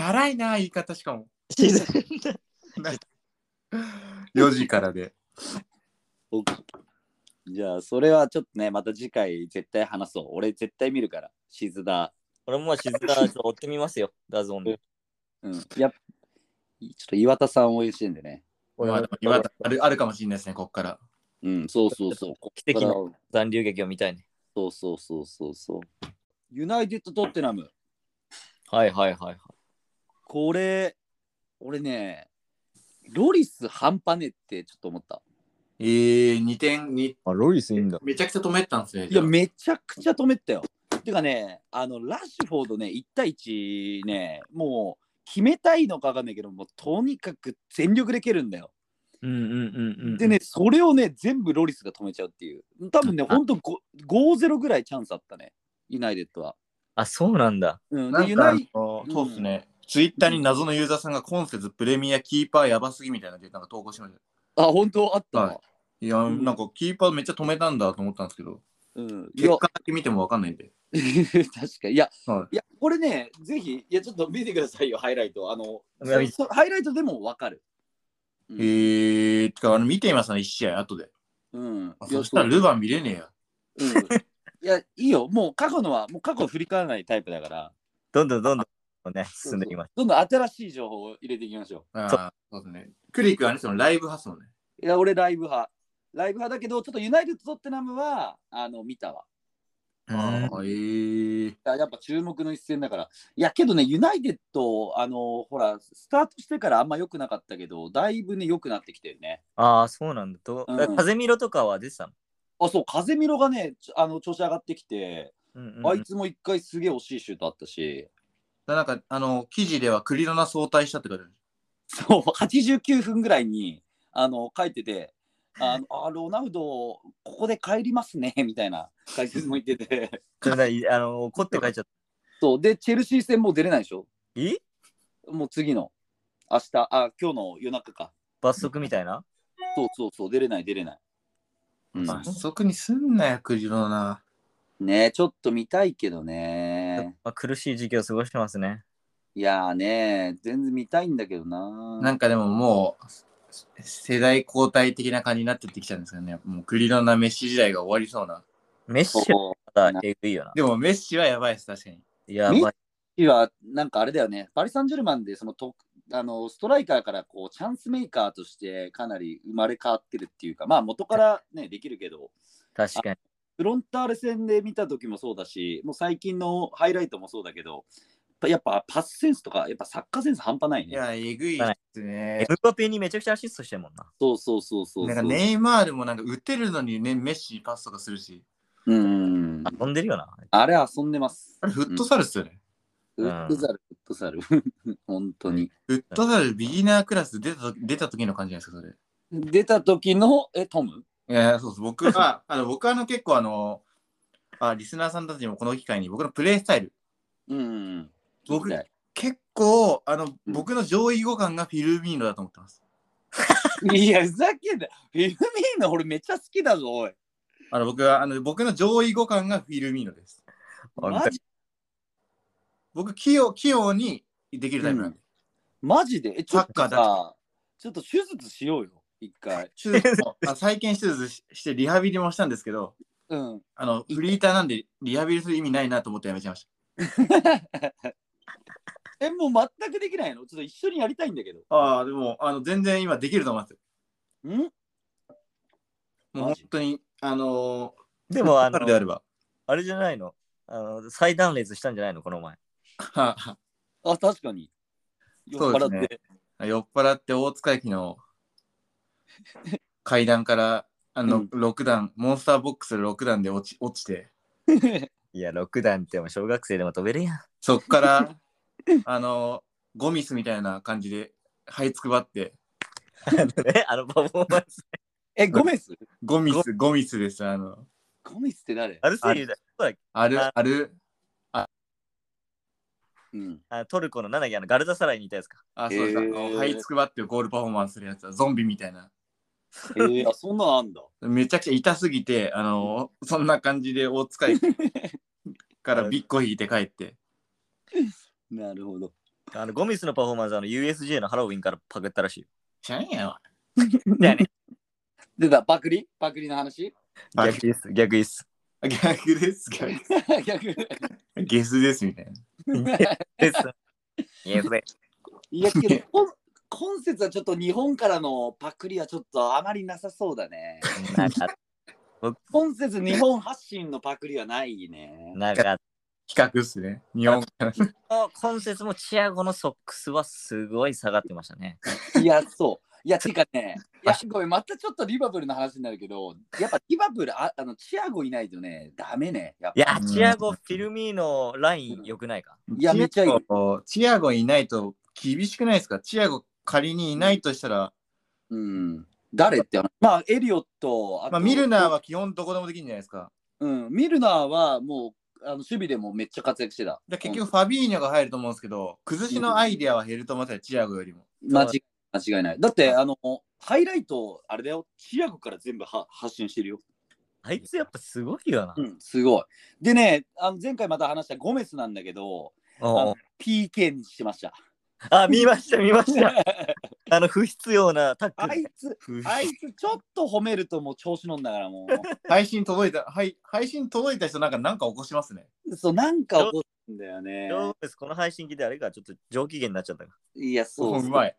Speaker 1: ャラいな、言い方しかも。
Speaker 3: シーズン
Speaker 1: 4時からで。
Speaker 2: じゃあそれはちょっとねまた次回絶対話そう俺絶対見るからシズだ
Speaker 3: 俺も静かちょっと追ってみますよ、ダゾーンで。
Speaker 2: うんやっちょっと岩田さん応援してんでね
Speaker 1: まあでも岩田あるあるかもしれないですね、こっから。
Speaker 2: うんそうそうそう
Speaker 3: 奇跡の残留劇を見たいね。
Speaker 2: そうそうそうそうそう。ユナイテッド・トッテナム。
Speaker 3: はいはいはいはい。
Speaker 2: これ、俺ね、ロリス半端ねってちょっと思った。
Speaker 1: えー、2点、に
Speaker 3: あ、ロリスいいんだ。
Speaker 1: めちゃくちゃ止めてたんですね。
Speaker 2: い
Speaker 1: じゃ
Speaker 2: や、
Speaker 1: あ
Speaker 2: めちゃくちゃ止めてたよ。てかね、あの、ラッシュフォードね、1対1ね、もう決めたいのかわかんないけど、もうとにかく全力で蹴るんだよ。
Speaker 3: うんうんうんうん。
Speaker 2: でね、それをね、全部ロリスが止めちゃうっていう。多分ね、ほんとご5-0ぐらいチャンスあったね、ユナイテッドは。
Speaker 3: あ、そうなんだ。
Speaker 2: うん、
Speaker 1: な
Speaker 2: で
Speaker 1: ん
Speaker 2: ユ
Speaker 1: か
Speaker 2: ナ
Speaker 1: あ
Speaker 2: イ
Speaker 1: の
Speaker 2: うん
Speaker 1: そうですね。ツイッターに謎のユーザーさんが今節プレミアキーパーやばすぎみたいなデータが投稿しました。
Speaker 2: あ、本当あったわ、
Speaker 1: はいいや、
Speaker 2: ん
Speaker 1: なんかキーパーめっちゃ止めたんだと思ったんですけど、
Speaker 2: うん。い
Speaker 1: 結
Speaker 2: や
Speaker 1: 果、だけ見てもわかんないんで。
Speaker 2: 確かに。いや、
Speaker 1: はい
Speaker 2: や、これね、ぜひ、いや、ちょっと見てくださいよ、ハイライト。あの、
Speaker 3: いや見
Speaker 2: そハイライトでもわかる。う
Speaker 1: え
Speaker 2: ん。
Speaker 1: ー、てか、あの見ていますね、1試合後で。
Speaker 2: うん
Speaker 1: あ
Speaker 2: いや
Speaker 1: そしたら
Speaker 2: そう
Speaker 1: ルヴァン見れねえや。
Speaker 2: うんいや、いいよ、もう過去のは、もう過去を振り返らないタイプだから、
Speaker 3: どんどんどんどんね、進んでいきます。
Speaker 2: どんどん新しい情報を入れていきましょ
Speaker 1: あーそうですね。クリックはあの人のライブ発想ね。
Speaker 2: う。いや、俺、ライブ派。ライブ派だけど、ちょっとユナイテッド・トッテナムは、あの、見たわ。
Speaker 1: ああ、えー。
Speaker 2: いややっぱ注目の一戦だから。いや、けどね、ユナイテッド、あの、ほら、スタートしてからあんま良くなかったけど、だいぶね、良くなってきてるね。
Speaker 3: ああ、そうなんだ。と、
Speaker 2: うん
Speaker 3: 風見ろとかは出てたの
Speaker 2: あ、そう、風見ろがね、ちょあの調子上がってきて、
Speaker 3: うんうん
Speaker 2: あいつも一回すげえ惜しいシュートあったし、
Speaker 1: だなんか、あの、記事ではクリロナ早退したって書いてある。
Speaker 2: そう、89分ぐらいに、あの、書いてて、あの、あロナウド、ここで帰りますね、 みたいな解説も言って て、
Speaker 3: それないあの怒って書いちゃっ
Speaker 2: そう、で、チェルシー戦もう出れないでしょ
Speaker 3: た。え
Speaker 2: もう次の、明日、あ、今日の夜中か。
Speaker 3: 罰則みたいな
Speaker 2: そうそうそう、出れない、出れない。うん
Speaker 1: 罰則にすんなよ、クリロナ。
Speaker 2: ねえちょっと見たいけどね。
Speaker 3: まあ、苦しい時期を過ごしてますね。
Speaker 2: いやーね全然見たいんだけどな。
Speaker 1: なんかでももう、世代交代的な感じになってってきちゃうんですよね。もうクリロナ、メッシ時代が終わりそうな。
Speaker 3: メッシは
Speaker 2: そ
Speaker 3: まだえぐいよな。
Speaker 1: でもメッシはやばいです、確かに。
Speaker 3: や
Speaker 2: メ
Speaker 3: ば
Speaker 2: ッ
Speaker 3: い。
Speaker 2: うはなんかあれだよね、パリ・サンジェルマンでそのとあのストライカーからこうチャンスメーカーとしてかなり生まれ変わってるっていうか、まあ元からね、できるけど、
Speaker 3: 確かに。
Speaker 2: フロンターレ戦で見た時もそうだし、もう最近のハイライトもそうだけど、やっぱパスセンスとか、やっぱサッカーセンス半端ない
Speaker 1: い
Speaker 2: ね。
Speaker 1: や、えぐいですね。
Speaker 3: MVP にめちゃくちゃアシストしてるもんな。
Speaker 2: そうそうそうそうそう。
Speaker 1: なんかネイマールもなんか打てるのにね、メッシにパスとかするし。
Speaker 2: うん。
Speaker 3: 遊んでるよな。
Speaker 2: あれ遊んでます。
Speaker 1: あれ、フットサルっすよね。
Speaker 2: フ
Speaker 3: うん
Speaker 2: ットサル、フットサル。 本当に。
Speaker 1: フットサルビギナークラス出たと出た時の感じじゃないですか、それ。
Speaker 2: 出た時の、え、トム
Speaker 1: いや、そうです。僕は、 あの僕はあの結構あの、あリスナーさんたちにもこの機会に僕のプレイスタイル、
Speaker 2: うん。
Speaker 1: 僕
Speaker 2: 聞きたい
Speaker 1: 結構、あの、僕の上位互換がフィルミーノだと思ってます。
Speaker 2: いや、ふざけんな。フィルミーノ、俺めっちゃ好きだぞ、おい。
Speaker 1: あの、僕は、あの、僕の上位互換がフィルミーノです。
Speaker 2: マジ
Speaker 1: 僕、器用、器用にできるタイプなんで。
Speaker 2: マジでえ、ちょっと
Speaker 1: サッカー
Speaker 2: さ、ちょっと手術しようよ、一回。
Speaker 1: 手術も あ再建手術ししてリハビリもしたんですけど、
Speaker 2: うん。
Speaker 1: あの、フリーターなんでリハビリする意味ないなと思ってやめちゃいました。
Speaker 2: え、もう全くできないのちょっと一緒にやりたいんだけど。
Speaker 1: ああ、でも、あの、全然今できると思います。
Speaker 2: ん
Speaker 1: もう
Speaker 2: マ
Speaker 1: 本
Speaker 2: ジ
Speaker 1: 当に、あのー、
Speaker 3: で も、あ
Speaker 1: あ
Speaker 3: の
Speaker 1: の、、であれば。
Speaker 3: あれじゃないのあの再断裂したんじゃないのこの前。
Speaker 1: は
Speaker 2: あ、確かに。酔っ
Speaker 1: そうで
Speaker 2: 払
Speaker 1: す
Speaker 2: っ
Speaker 1: ね
Speaker 2: て。
Speaker 1: い酔っ払って大塚駅の階段から、あ
Speaker 2: う
Speaker 1: の
Speaker 2: ん、
Speaker 1: 6段、モンスターボックス6段で落ち落ちて、
Speaker 3: いや、6段ってもう小学生でも飛べるやん。
Speaker 1: そっから、あのー、ゴミスみたいな感じで、はいつくばって、
Speaker 3: あの ね、あのパフォーマンス。
Speaker 2: え、ゴメス
Speaker 1: ゴミス、ゴミスです。あの、
Speaker 2: ゴメスって誰
Speaker 3: アルセイユだ。そうだっけ
Speaker 1: ある
Speaker 3: あ、
Speaker 1: ある、
Speaker 2: うん。
Speaker 3: あトルコのなんだっけあのガルダサライにいたやつか。
Speaker 1: あ、そうです。あ
Speaker 2: へー
Speaker 1: の、はいつくばってゴールパフォーマンスするやつは、ゾンビみたいな。
Speaker 2: えー、あ、そんなのあんだ。
Speaker 1: めちゃくちゃ痛すぎて、あのーそんな感じで大塚駅からビッコ引いて帰って。
Speaker 2: なるほど。
Speaker 3: あのゴミスのパフォーマンスあの USJ のハロウィンからパクったらしいよ。
Speaker 1: 知らんやわ。
Speaker 3: だよね。
Speaker 2: でだ、パクリパクリの話
Speaker 1: あ
Speaker 3: 逆です。逆です。
Speaker 1: 逆ですか。
Speaker 2: 逆。
Speaker 1: ゲスですみたいな。
Speaker 3: です。イエスで。
Speaker 2: いやけ ど、こん今節はちょっと日本からのパクリはちょっとあまりなさそうだね。
Speaker 3: なかった。
Speaker 2: 今節日本発信のパクリはない ね。
Speaker 3: な かっ
Speaker 1: 比較っすね。日本から。
Speaker 3: た。今節もチアゴのソックスはすごい下がってましたね。
Speaker 2: いや、そう。いや、てか ね、いや、ごめん、またちょっとリバブルの話になるけど、やっぱリバブル、ああのチアゴいないとね、ダメね。やっ
Speaker 3: いや、
Speaker 1: うん
Speaker 3: チアゴ、フィルミーノ、ライン良くないか。
Speaker 2: いやめっちゃいい
Speaker 1: チアゴチアゴいないと厳しくないですかチアゴ仮にいないとしたら、
Speaker 2: うん。誰って話まあ、エリオット、あと
Speaker 1: まあ、ミルナー。は基本どこでもできるんじゃないですか。
Speaker 2: うん、ミルナーはもう、あの守備でもめっちゃ活躍してた。
Speaker 1: で結局ファビーニョが入ると思うんですけど、崩しのアイデアは減ると思ったらチアゴよりも。
Speaker 2: 間違い間違いない。だって、あの、ハイライト、あれだよ、チアゴから全部は発信してるよ。
Speaker 3: あいつやっぱすごいよな。
Speaker 2: うん、すごい。でね、あの前回また話したゴメスなんだけど、
Speaker 3: おうおう
Speaker 2: PK にしました。
Speaker 3: あ、見ました、見ました。あの、不必要なタッ ク
Speaker 2: あい
Speaker 3: ル。
Speaker 2: つ、あいつちょっと褒めるともう調子乗んだからも
Speaker 1: 配信届いた、はい、配信届いた人なんかなんか起こしますね。
Speaker 2: う。そう、なんか起こすんだよね。
Speaker 3: どうですこの配信機であれか、ちょっと上機嫌になっちゃったか
Speaker 2: いや、そうう、
Speaker 1: うまい。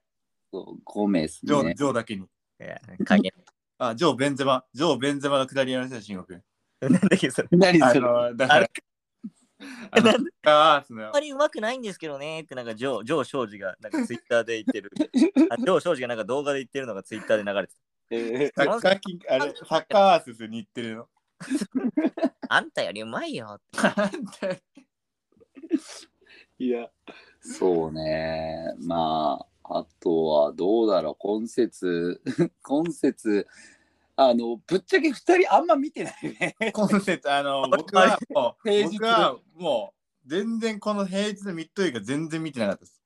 Speaker 2: そうゴメス、
Speaker 1: ジョー、
Speaker 2: ね。
Speaker 1: ジョーだけに。
Speaker 3: ら。いや、加減。
Speaker 1: あ、ジョー、ベンゼマ。ジョー、ベンゼマの下りやりました、慎吾君。
Speaker 3: なんだっけ、それ。
Speaker 2: 何
Speaker 1: あ
Speaker 2: それ
Speaker 1: の、だから。あ の
Speaker 3: なん
Speaker 1: あーその
Speaker 3: あんまりうまくないんですけどねって、なんか、ジョー、ジョー庄司が、なんか、ツイッターで言ってる。あジョー庄司がなんか動画で言ってるのがツイッターで流れて
Speaker 2: えー
Speaker 1: サッカーキンあれ、サッカーアースですよ、日テレの。
Speaker 3: あんたよりうまいよ。
Speaker 2: いや、そうね。まあ、あとはどうだろう、今節、 今節、あの、ぶっちゃけ2人あんま見てないね。
Speaker 1: 今節、あの、僕はもう、
Speaker 2: 平日
Speaker 1: 僕はもう、全然この平日のミッドウィークは全然見てなかったです。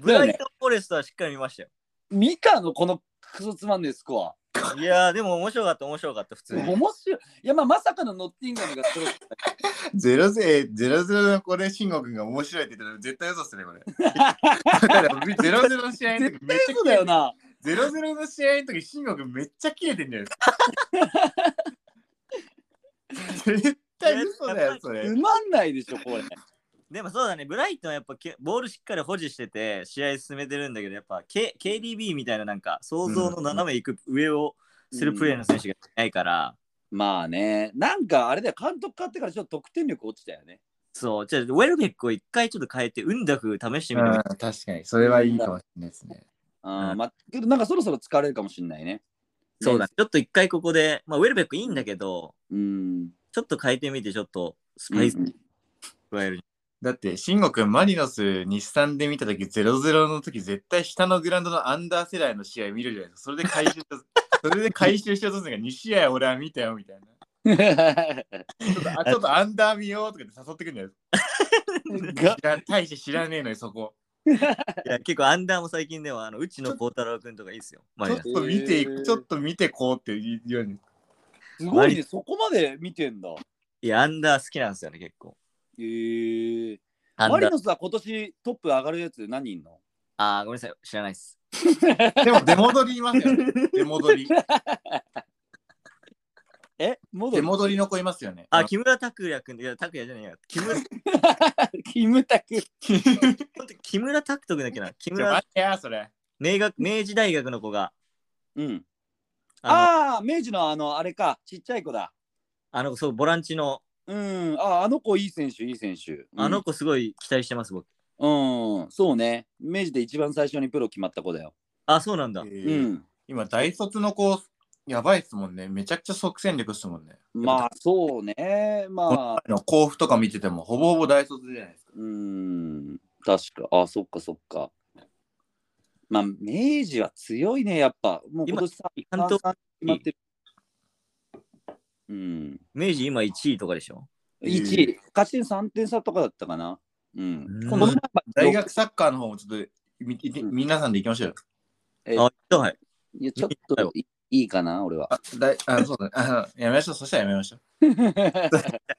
Speaker 3: ブライトンフォレストはしっかり見ましたよ。
Speaker 2: ミカのこのクソつまんねえスコア。
Speaker 3: いやー、でも面白かった、面白かった、普通に。
Speaker 2: 面白い。いや、まあ、まさかのノッティンガムがそれ
Speaker 1: ゼロゼゼロゼロのこれ、慎吾君が面白いって言ったら絶対嘘っすね、こ れ。だからゼロゼロの試合の時
Speaker 2: 絶
Speaker 1: めっ
Speaker 2: 対
Speaker 1: ちゃ
Speaker 2: そう
Speaker 1: 切
Speaker 2: だ
Speaker 1: れ
Speaker 2: よな。
Speaker 1: ゼロゼロの試合の時、慎吾君めっちゃ切れてんじゃないですか。絶対嘘だよ、それ
Speaker 2: つ。まんないでしょ、 これ。
Speaker 3: でもそうだね、ブライトンはやっぱけボールしっかり保持してて、試合進めてるんだけど、やっぱ、K、KDB みたいななんか、想像の斜め行く上をするプレーの選手がいないから、
Speaker 2: まあね、なんかあれだよ、監督変わってからちょっと得点力落ちたよね。
Speaker 3: そう、じゃあ、ウェルベックを一回ちょっと変えて、ウンダフ試してみる、
Speaker 1: 確かに、それはいいかもしれないですね。
Speaker 2: あ
Speaker 3: う
Speaker 2: ー
Speaker 3: ん
Speaker 2: まあ、けどなんかそろそろ疲れるかもしれないね。
Speaker 3: そうだ、ちょっと一回ここで、まあ、ウェルベックいいんだけど、
Speaker 2: うん。
Speaker 3: ちょっと変えてみて、ちょっとス パイス加える。
Speaker 1: だって、慎吾君、マリノス、日産で見たとき、0-0のとき、絶対下のグラウンドのアンダー世代の試合見るじゃないですか。それで回収しようそれで回収しようとするのが、2試合俺は見たよ、みたいな。ちょっとあちょっとアンダー見ようとかって誘ってくるんだよ。
Speaker 2: が
Speaker 1: 知ら大して知らねえのに、そこ。
Speaker 3: いや結構アンダーも最近では、あの、うちの孝太郎君とかいいですよ。マ
Speaker 1: ちょっ
Speaker 3: リナス
Speaker 1: と見てい
Speaker 2: へー
Speaker 1: く、ちょっと見てこうっていうように。
Speaker 2: すごいね、そこまで見てんだ。
Speaker 3: いや、アンダー好きなんですよね、結構。
Speaker 2: えー、
Speaker 3: アン
Speaker 2: マリ
Speaker 3: ダー。
Speaker 2: ノスは今年トップ上がるやつ何人の
Speaker 3: あー、ごめんなさい、知らないです。
Speaker 1: でも、出戻りいますよね。出戻り。
Speaker 2: えモド
Speaker 1: 出
Speaker 2: リ
Speaker 1: 戻りの子いますよね。
Speaker 3: あ、木村拓哉君、いや、拓哉じゃないや。木村、
Speaker 2: キムタク。
Speaker 3: 本当に木村拓人君だっけな。木
Speaker 1: ちょ待
Speaker 3: 村、
Speaker 1: ってや、それ。
Speaker 3: 明学、明治大学の子が、
Speaker 2: うん、
Speaker 3: あ
Speaker 2: ああー、明治のあの、あれか、ちっちゃい子だ。
Speaker 3: の、あのそう、ボランチの、
Speaker 2: うん、あーあの子いい選手、いい選手。うん
Speaker 3: あの子すごい期待してます、僕。
Speaker 2: うん、そうね。明治で一番最初にプロ決まった子だよ。
Speaker 3: あ、そうなんだ。
Speaker 1: え
Speaker 2: う
Speaker 1: ー
Speaker 2: ん。
Speaker 1: 今、大卒の子、やばいっすもんね。めちゃくちゃ即戦力っすもんね。
Speaker 2: まあ、そうね。まあ、
Speaker 1: の甲府とか見てても、ほぼほぼ大卒じゃないですか。
Speaker 2: うん、確か。あ、そっかそっか。まあ、明治は強いね、やっぱ。もう今年さ、
Speaker 3: 今監督
Speaker 2: 三決まってる。うん。
Speaker 3: 明治今1位とかでしょ。
Speaker 2: 1位、勝ち点3点差とかだったかな。うん。
Speaker 3: うん
Speaker 2: この前まで
Speaker 1: 大学サッカーの方もちょっと、みみ
Speaker 2: うん
Speaker 1: 皆さんで行きましょうよ。
Speaker 2: え
Speaker 3: あ、はい。
Speaker 2: いや、ちょっといいいかな、俺は。
Speaker 1: あ、だいあそうだね。あやめましょう。そしたらやめましょう。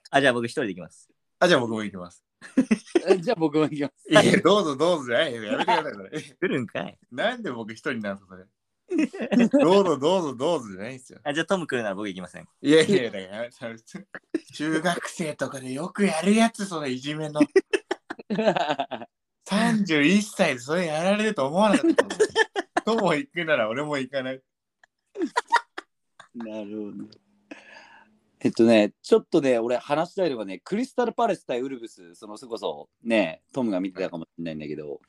Speaker 3: あ、じゃあ僕一人で行きます。
Speaker 1: あ、じゃあ僕も行き ます。
Speaker 2: じゃあ僕も行きま
Speaker 1: い
Speaker 2: す。
Speaker 1: や、どうぞどうぞじゃないよ。やめてください、それ。
Speaker 3: 来るんかい。
Speaker 1: なんで僕一人なんすか、それ。 どうぞどうぞどうぞじゃないんですよ。
Speaker 3: あ、じゃあトム来るなら僕行きません。
Speaker 1: いやいやいや、だからやめてやめて中学生とかでよくやるやつ、そのいじめの。31歳でそれやられると思わなかったもん。とも行くなら俺も行かない。
Speaker 2: なるほど。えっとね、ちょっとね、俺話したいのがね、クリスタルパレス対ウルブス、そのそれこそね、トムが見てたかもしれないんだけど、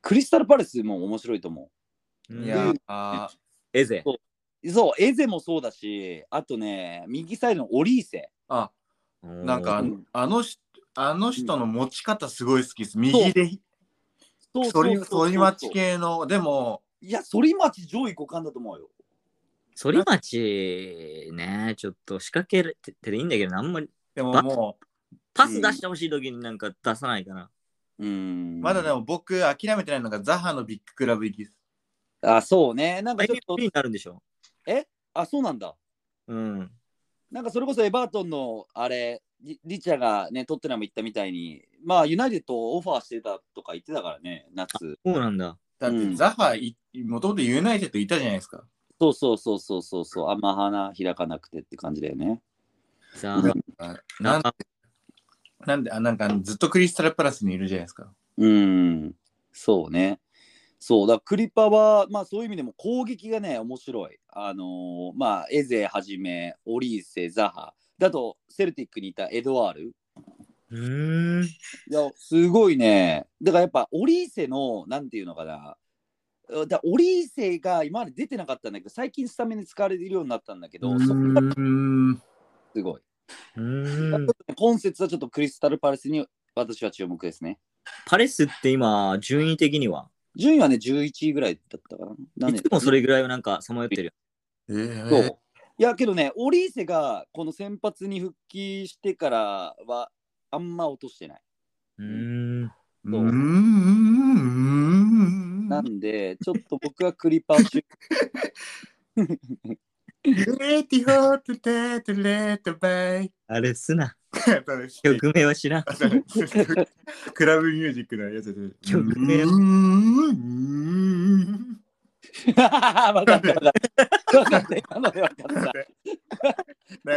Speaker 2: クリスタルパレスも面白いと思
Speaker 1: いや
Speaker 2: う
Speaker 1: ー、あー
Speaker 3: エゼ。
Speaker 2: う。そう、エゼもそうだし、あとね、右サイドのオリーセ。
Speaker 1: あ、なんかあの
Speaker 2: ん
Speaker 1: あの人あの人の持ち方すごい好きです。右で
Speaker 2: そう
Speaker 1: 反り反り待ち
Speaker 2: 系。
Speaker 1: 系の、でも、
Speaker 2: いや、反町上位互換だと思うよ。
Speaker 3: 反町ね、ちょっと仕掛けてていいんだけど、あんまり
Speaker 1: でも
Speaker 3: ば
Speaker 1: も
Speaker 3: パス出してほしい時になんか出さないかな。
Speaker 2: うーん。
Speaker 1: う、まだでも僕諦めてないのがザハのビッグクラブ行きです。
Speaker 2: あ、そうね。なんか
Speaker 3: 来
Speaker 2: ちょ
Speaker 3: 年
Speaker 2: っと
Speaker 3: P、になるんでしょ。
Speaker 2: あ、そうなんだ。
Speaker 3: うん。
Speaker 2: なんかそれこそエバートンのあれ、リリチャがね、トッテナム行ったみたいに、まあ、ユナイテッドオファーしてたとか言ってたからね、夏。
Speaker 3: そうなんだ。
Speaker 1: だっ
Speaker 2: うん
Speaker 1: てザハ、もともとユナイテッドいたじゃないですか。
Speaker 2: そうそうそうそうそうそう、あんま花開かなくてって感じだよね。
Speaker 3: さあ、
Speaker 1: あな
Speaker 3: なんんか
Speaker 1: なんで、あなんかずっとクリスタルプラスにいるじゃないですか。
Speaker 2: うん、そうね。そうだクリパは、まあそういう意味でも攻撃がね、面白い。あのーまあ、エゼはじめ、オリーセ、ザハ、だとセルティックにいたエドワール、
Speaker 3: うーん。
Speaker 2: いや、すごいね。だからやっぱ、オリーセの、なんていうのかな、だオリーセが今まで出てなかったんだけど、最近スタメンで使われるようになったんだけど、そこが
Speaker 1: ん。
Speaker 2: すごい。
Speaker 3: うん
Speaker 2: 今節はちょっとクリスタル・パレスに私は注目ですね。
Speaker 3: パレスって今、順位的には
Speaker 2: 順位はね、11位ぐらいだったかな。なん
Speaker 3: い
Speaker 2: で
Speaker 3: つもそれぐらいはなんかさまよってるよ。
Speaker 1: えー
Speaker 2: そういやけどね、オリーセがこの先発に復帰してからは、あんま落としてない。
Speaker 3: うん。
Speaker 1: うーん。
Speaker 2: なんで、ちょっと僕はクリパー 中。
Speaker 1: Beautiful today to let the bay
Speaker 3: あれすな。曲名は知らん。
Speaker 1: クラブミュージックのやつで。
Speaker 3: 曲名
Speaker 1: うーん
Speaker 2: 分か った分かった。分かった、今ので分かった。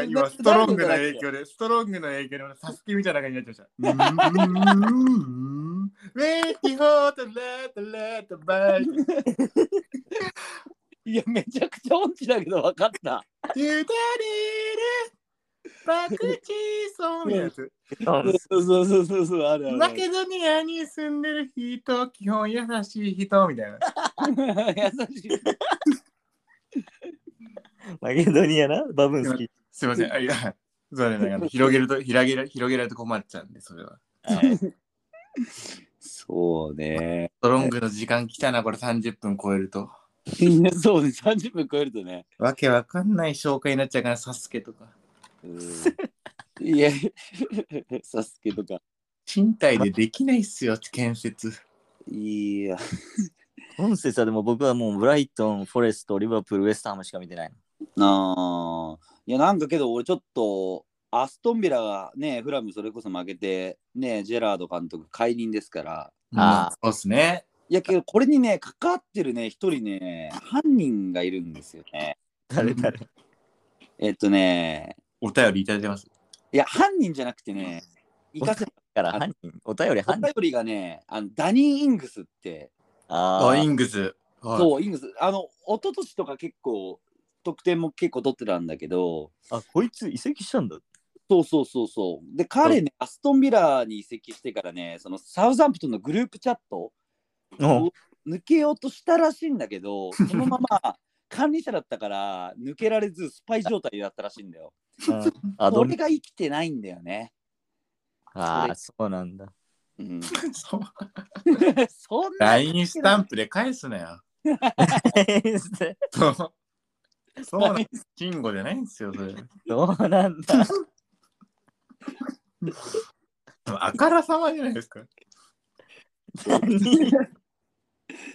Speaker 1: ね今、ストロングの影響で、ストロングの影響で、サスケみたいな感じになっちゃいました。うーん Beautiful today to let the bay
Speaker 2: いや、めちゃくちゃ音痴だけど分かった。
Speaker 1: ゆだれるパクチーソンみたいなやつ。
Speaker 2: そうそうそうそうそう、あるあるあ
Speaker 1: マケドニアに住んでる人、基本優しい人みたいな。
Speaker 2: る。 優しい。
Speaker 3: マゲドニアな、バブン好き。
Speaker 1: すいません。あいや、そうね、なんか広げると、広げら広げられると困っちゃうんで、それは。
Speaker 2: そう ね。
Speaker 1: ストロングの時間来たな、これ30分超えると。
Speaker 2: いやそうね、30分超えるとね。
Speaker 1: わけわかんない紹介になっちゃうから、サスケとか。
Speaker 2: うんいや、 サスケとか。
Speaker 1: 賃貸でできないっすよ、建設。
Speaker 2: いや、
Speaker 3: 本節はでも僕はもうブライトン、フォレスト、リバプール、ウエストハムしか見てない。
Speaker 2: なあ。いや、なんかけど、俺ちょっと、アストンビラがね、フラムそれこそ負けて、ね、ジェラード監督解任ですから。
Speaker 3: あ
Speaker 1: うんそうっすね。
Speaker 2: いや、けど、これにね、関わってるね、一人ね、犯人がいるんですよね。
Speaker 3: 誰誰
Speaker 2: えっとね、
Speaker 1: お便りいただいてます。
Speaker 2: いや、犯人じゃなくてね、行かせ
Speaker 3: から犯人、お便り
Speaker 2: お
Speaker 3: 犯
Speaker 2: 便
Speaker 3: 人。
Speaker 2: りがね、あのダニー・イングスって、
Speaker 3: あ
Speaker 1: あ、
Speaker 3: あ
Speaker 1: イ、ングス。はい
Speaker 2: そう、イングス、あの、一昨年とか結構、得点も結構取ってたんだけど、
Speaker 3: あこいつ移籍したんだ。
Speaker 2: そうそうそうそう。で、彼ね、アストンビラに移籍してからね、そのサウザンプトンのグループチャット、
Speaker 3: お
Speaker 2: 抜けようとしたらしいんだけ ど、そのまま管理者だったから、抜けられず、スパイ状態だったらしいんだよ。
Speaker 3: あ、ど
Speaker 2: そ
Speaker 3: れ
Speaker 2: れが生きてないんだよね。
Speaker 3: ああ、そうなんだ。
Speaker 2: うん、
Speaker 1: そう。
Speaker 2: そんな
Speaker 1: LINE スタンプで返すなよ。 そう。そうなんです。金吾じゃないんですよ、それ。
Speaker 3: どうなんだ。
Speaker 1: あからさまじゃないですか。
Speaker 3: 何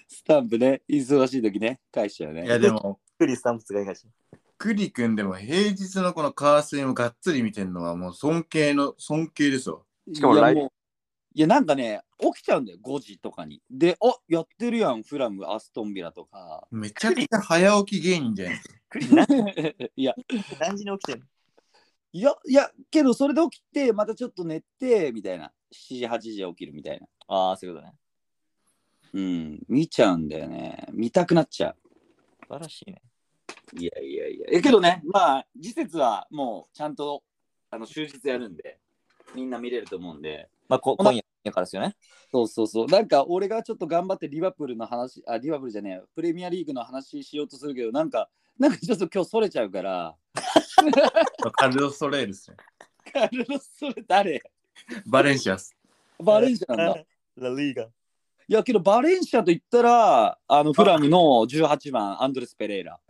Speaker 2: スタンプね、忙しい時ね、返しちゃうね。
Speaker 1: いや、でも、
Speaker 3: クリスタンプ使いがち。
Speaker 1: クリ君でも平日のこのカースイをがっつり見てるのはもう尊敬の、尊敬ですよ。
Speaker 2: し
Speaker 3: かもライ
Speaker 2: いやういやなんかね起きちゃうんだよ5時とかにであやってるやんフラムアストンビラとか
Speaker 1: めちゃくちゃ早起き芸人じゃないですか。
Speaker 3: クリ何
Speaker 2: いや
Speaker 3: 何時に起きてる
Speaker 2: いやいやけどそれで起きてまたちょっと寝てみたいな7時8時起きるみたいな
Speaker 3: ああ、そういうことね。
Speaker 2: うん見ちゃうんだよね見たくなっちゃ
Speaker 3: 素晴らしいね。
Speaker 2: ういやいやいやえけどねまあ次節はもうちゃんとあの終日やるんでみんな見れると思うんで
Speaker 3: まあ、こ今夜今夜からですよね。
Speaker 2: そうそうそう。なんか俺がちょっと頑張ってリバプールの話、あ、リバプールじゃねえ、プレミアリーグの話しようとするけど、なんか、なんかちょっと今日それちゃうから、
Speaker 1: カルロストレールですね。
Speaker 2: カルロスそれ誰
Speaker 1: バレンシアス。
Speaker 2: バレンシアなんだ。
Speaker 3: ラリーガ。
Speaker 2: いやけどバレンシアと言ったら、あのフラムの18番、アンドレス・ペレイラ。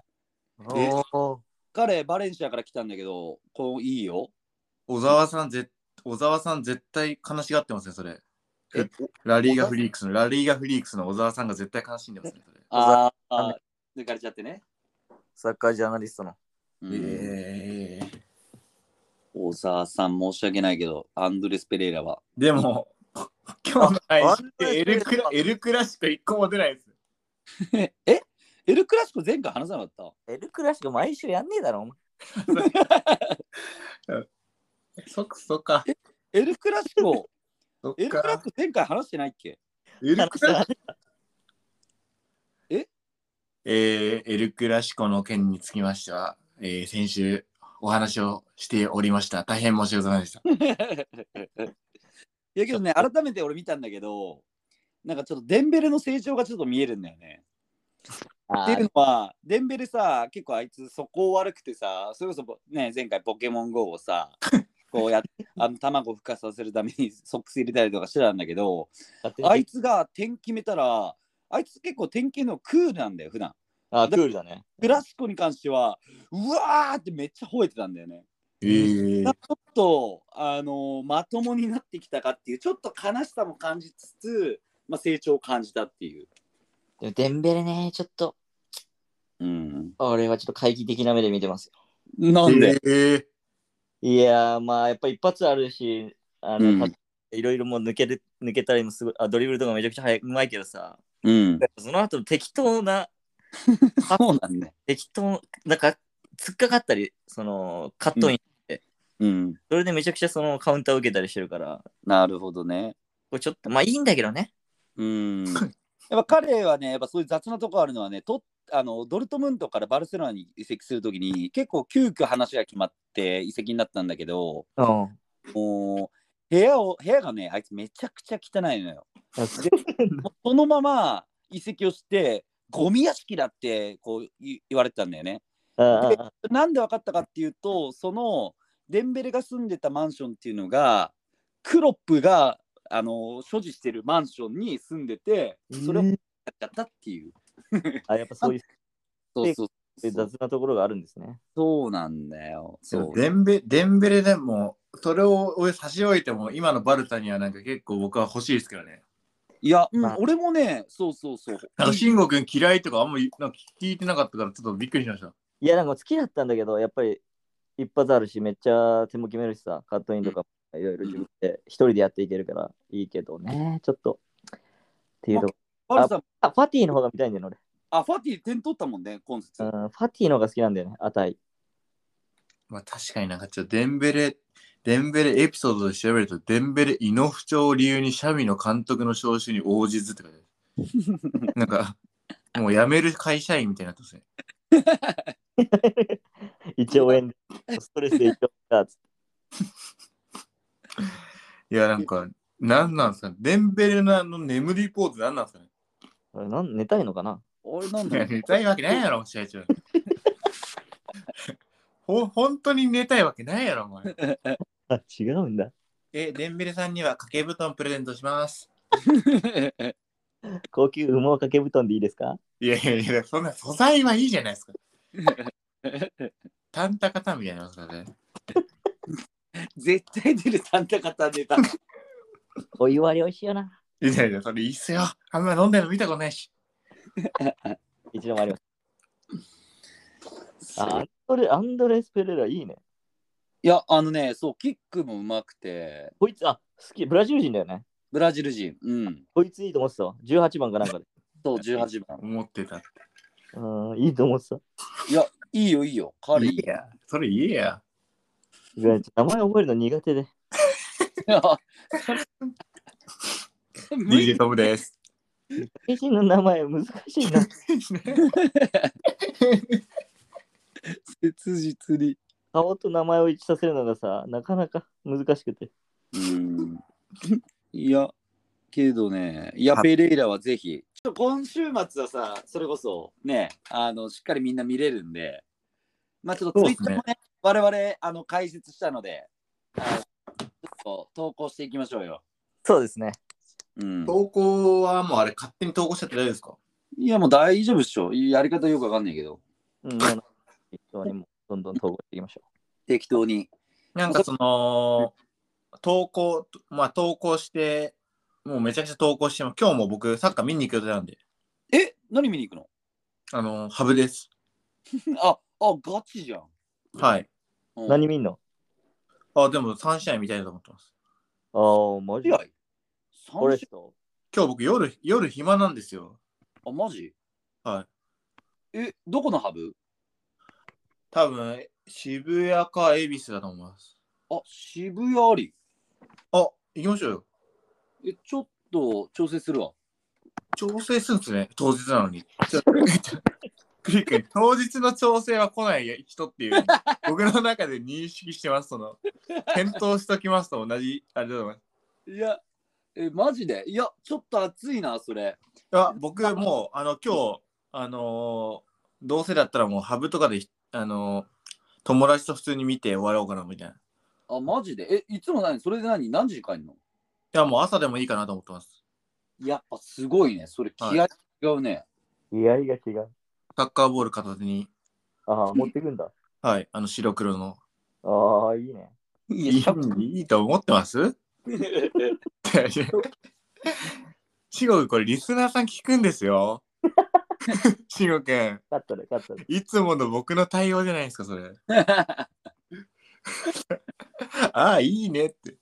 Speaker 3: お
Speaker 2: 彼、バレンシアから来たんだけど、こういいよ。
Speaker 1: 小沢さん、ぜ小沢さん絶対悲しがってますね、それ。えラリーガフリークスの、ラリーガフリークスの小沢さんが絶対悲しんでますね、それ。
Speaker 2: ああ、抜かれちゃってね。
Speaker 3: サッカージャーナリストの。
Speaker 2: うん
Speaker 1: ええ
Speaker 2: 大沢さん、申し訳ないけど、アンドレス・ペレイラは。
Speaker 1: でも、 今日の配
Speaker 3: あ
Speaker 1: 信でエルクラエルクラシコ一個も出ないです。
Speaker 2: えエル・クラシコ前回話さなかった
Speaker 3: エルクラシコ毎週やんねえだろ、お前。
Speaker 1: そっかそっか。
Speaker 2: エル・クラシコ、
Speaker 1: そっ
Speaker 2: エル・クラシコ前回話してないっけ
Speaker 1: エルクラえーエルクラシコの件につきましては、えー先週お話をしておりました。大変申し訳ございませんでし
Speaker 2: いやけどね、改めて俺見たんだけど、なんかちょっとデンベレの成長がちょっと見えるんだよね。っていうのは、デンベルさ、結構あいつ、そこ悪くてさ、それこそぼね、前回ポケモン GO を さ、こうやっあの卵孵化させるためにソックス入れたりとかしてたんだけど、あいつが点決めたら、あいつ結構点決めるのクールなんだよ、普段。
Speaker 3: あ、クールだね。
Speaker 2: クラシコに関しては、うわーってめっちゃ吠えてたんだよね。
Speaker 1: えー
Speaker 2: ちょっと、あのまともになってきたかっていう、ちょっと悲しさも感じつつ、まあ、成長を感じたっていう。
Speaker 3: でもデンベレね、ちょっと、
Speaker 2: うん、
Speaker 3: 俺はちょっと懐疑的な目で見てますよ。
Speaker 2: なんで、
Speaker 1: えー
Speaker 3: いやー、まあ、やっぱ一発あるし、あの、
Speaker 2: うん
Speaker 3: いろいろもう抜ける抜けたりもすごいあ、ドリブルとかめちゃくちゃ速いうまいけどさ、
Speaker 2: うん、
Speaker 3: その後の適当な、
Speaker 2: そうなんだ、ね。
Speaker 3: 適当、なんか、突っかかったり、その、カットイン、
Speaker 2: うん、
Speaker 3: それでめちゃくちゃそのカウンターを受けたりしてるから、
Speaker 2: なるほどね。
Speaker 3: これちょっと、まあいいんだけどね。
Speaker 2: うん。やっぱ彼はね、やっぱそういう雑なとこあるのはね、とあのドルトムントからバルセロナに移籍するときに、結構急遽話が決まって移籍になったんだけど、
Speaker 3: うん。
Speaker 2: もう部屋を部屋がね、あいつめちゃくちゃ汚いのよ。もうそのまま移籍をして、ゴミ屋敷だってこうい言われてたんだよね。
Speaker 3: ああ
Speaker 2: なんで分かったかっていうと、そのデンベレが住んでたマンションっていうのが、クロップがあの所持してるマンションに住んでて、それをやっちゃったっていう。
Speaker 3: あ、やっぱそういう
Speaker 2: そうそうそう
Speaker 3: 雑なところがあるんですね。
Speaker 2: そうなんだよ。そう。
Speaker 1: デンベデンベレでもそれを俺差し置いても今のバルタにはなんか結構僕は欲しいですけどね。
Speaker 2: いや、うん
Speaker 3: まあ
Speaker 2: 俺もね、そうそうそう。
Speaker 1: なんか慎吾君嫌いとかあんまりなんか聞いてなかったからちょっとびっくりしました。
Speaker 3: いや、なんか好きだったんだけど、やっぱり一発あるし、めっちゃ手も決めるしさ、カットインとかいろいろ自分で一人でやっていけるからいいけどね、ちょっと。っていうとこ。
Speaker 2: パルさん、
Speaker 3: あ、ファティの方が見たいんだよね、
Speaker 2: あ、ファティ点取ったもんね、今節。
Speaker 3: 俺。うん、ファティの方が好きなんだよね、値。
Speaker 1: まあ確かになんかちょっとデンベレ、デンベレエピソードで調べると、デンベレ胃の不調を理由にシャミの監督の招集に応じずって書いてあ る。なんか、もう辞める会社員みたいになってますね。
Speaker 3: 一応円、ストレスで一応だっつって。
Speaker 1: いや、なんか、なんなんすかデンベレのあの眠りポーズなんなんすかね
Speaker 3: 俺なん寝たいのかな
Speaker 2: 俺なん
Speaker 1: い
Speaker 2: だ
Speaker 1: や、
Speaker 2: ろう
Speaker 1: 寝たいわけないやろ、試合中。 ほ本当に寝たいわけないやろ、お前。
Speaker 3: あ、違うんだ。
Speaker 1: え、デンベレさんには掛け布団プレゼントします。
Speaker 3: 高級羽毛掛け布団でいいですか
Speaker 1: いやいやいや、そんな素材はいいじゃないです か。タンタカタンみたいなのね。
Speaker 2: 絶対出る三高方出た。
Speaker 3: お湯割り美味しいよな。
Speaker 1: いやいや、それいいっすよ。あんま飲んでるの見たことないし。
Speaker 3: 一度もあります。あアンドレ、アンドレスペレラいいね。
Speaker 2: いや、あのね、そう、キックもうまくて、
Speaker 3: こいつ、あ、好き、ブラジル人だよね。
Speaker 2: ブラジル人、うん、
Speaker 3: こいついいと思ってたわ。18番かなんか で。
Speaker 2: そう、18番。
Speaker 1: 思ってた。
Speaker 3: うん、いいと思ってた。
Speaker 2: いや、いいよ、いいよ、彼いい
Speaker 1: いや、それいいや。
Speaker 3: いや名前覚えるの苦手で。
Speaker 2: よ。 無理
Speaker 1: DJ トムです。
Speaker 3: 美人の名前難し いな。
Speaker 2: 切実に。
Speaker 3: 顔と名前を一致させるのがさ、なかなか難しくて。
Speaker 2: うん。いや、けどね、いや、ペレイラはぜひ。ちょっと今週末はさ、それこそ、ね、あの、しっかりみんな見れるんで、まあちょっと
Speaker 1: そう
Speaker 2: ツイ
Speaker 1: っ
Speaker 2: ッ
Speaker 1: す
Speaker 2: ター
Speaker 1: ね
Speaker 2: もね、我々、あの、解説したので、あのちょっと投稿していきましょうよ。
Speaker 3: そうですね。
Speaker 2: うん。
Speaker 1: 投稿はもうあれ、勝手に投稿しちゃって大丈夫ですか
Speaker 2: いや、もう大丈夫っしょ。やり方よくわかんないけど、
Speaker 3: うん、あの適当にもうどんどん投稿していきましょ
Speaker 2: 適当に。
Speaker 1: なんかその、投稿、まあ投稿して、もうめちゃくちゃ投稿してます。今日も僕、サッカー見に行く予定なんで、
Speaker 2: え、何見に行くの
Speaker 1: あのハブです。
Speaker 2: あ、あ、ガチじゃん。
Speaker 1: はい。
Speaker 3: う。
Speaker 2: うん
Speaker 3: 何見んの
Speaker 1: あ、でも3試合見たいと思ってます。
Speaker 3: ああ、マジ
Speaker 2: 試合三
Speaker 3: 俺
Speaker 2: 試
Speaker 3: と。
Speaker 1: 今日僕、夜、夜暇なんですよ。
Speaker 2: 合あ、マジ。
Speaker 1: はい
Speaker 2: え、どこのハブ
Speaker 1: 多分、渋谷か恵比寿だと思います。
Speaker 2: あ、渋谷あり。
Speaker 1: あ、行きましょうよ。
Speaker 2: え、ちょっと調整するわ。
Speaker 1: 調整するんですね、当日なのに。 ちょクリ君、当日の調整は来ない人っていう、僕の中で認識してます、その、検討しときますと同じ、あれだと思います。
Speaker 2: いや、え、マジでいや、ちょっと暑いな、それ。
Speaker 1: あ僕、もう、あの、今日、あのーどうせだったらもうハブとかで、あのー友達と普通に見て終わろうかなみたいな。い
Speaker 2: あ、マジでえ、いつも何それで何何時に帰んの
Speaker 1: や、もう朝でもいいかなと思ってます。
Speaker 2: やっぱすごいね。それ気合違う ね。
Speaker 4: やりが違う。
Speaker 1: サッカーボール片手に、
Speaker 4: ああ、持ってくん だ。
Speaker 1: はい、あの白黒の。
Speaker 4: ああ、いいね。
Speaker 2: い、
Speaker 1: いい
Speaker 2: やっぱ
Speaker 1: いいと思ってます しごくこれリスナーさん聞くんですよ。 しごくん、
Speaker 4: 勝ったで、勝ったで。
Speaker 1: いつもの僕の対応じゃないですか、そ れ。ああ、いいねって。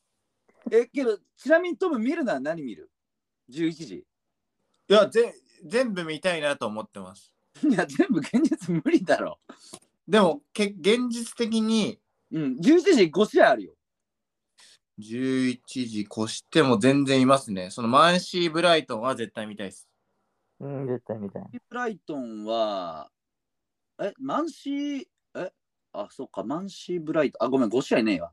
Speaker 2: え、けど、ちなみにトム見るなら何見る ?11 時。
Speaker 1: いや、ぜ全部見たいなと思ってます。
Speaker 2: いや、全部現実無理だろ。
Speaker 1: でも、け現実的に
Speaker 2: うん、11時5試合あるよ。
Speaker 1: 11時越しても全然いますね。そのマンシー・ブライトンは絶対見たいです。
Speaker 4: うん、絶対みたいな。
Speaker 2: ブライトンは、え、マンシー、え、あ、そっか、マンシー・ブライトン。あ、ごめん、5試合ねえわ。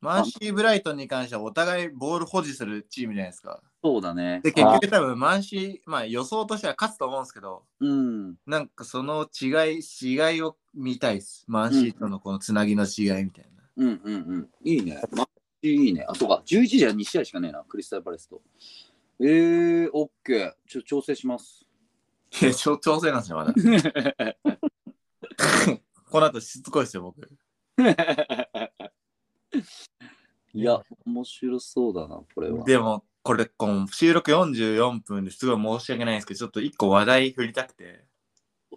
Speaker 1: マンシー・ブライトンに関してはお互いボール保持するチームじゃないですか。
Speaker 2: そうだね。
Speaker 1: で、結局多分マンシー、まあ予想としては勝つと思うんですけど、
Speaker 2: うん。
Speaker 1: なんかその違い、違いを見たいです。マンシーとのこのつなぎの違いみたいな。
Speaker 2: うんうんうん。いいね。マッチいいね。あ、そうか。11時は2試合しかねえな、クリスタルパレスと。えー、オッケー。ちょ、調整します。
Speaker 1: いや、ちょ調整なんですよ、まだ。この後しつこいですよ、僕。
Speaker 2: いや、面白そうだな、これは。
Speaker 1: でも、これ、この収録44分ですごい申し訳ないんですけど、ちょっと一個話題振りたくて。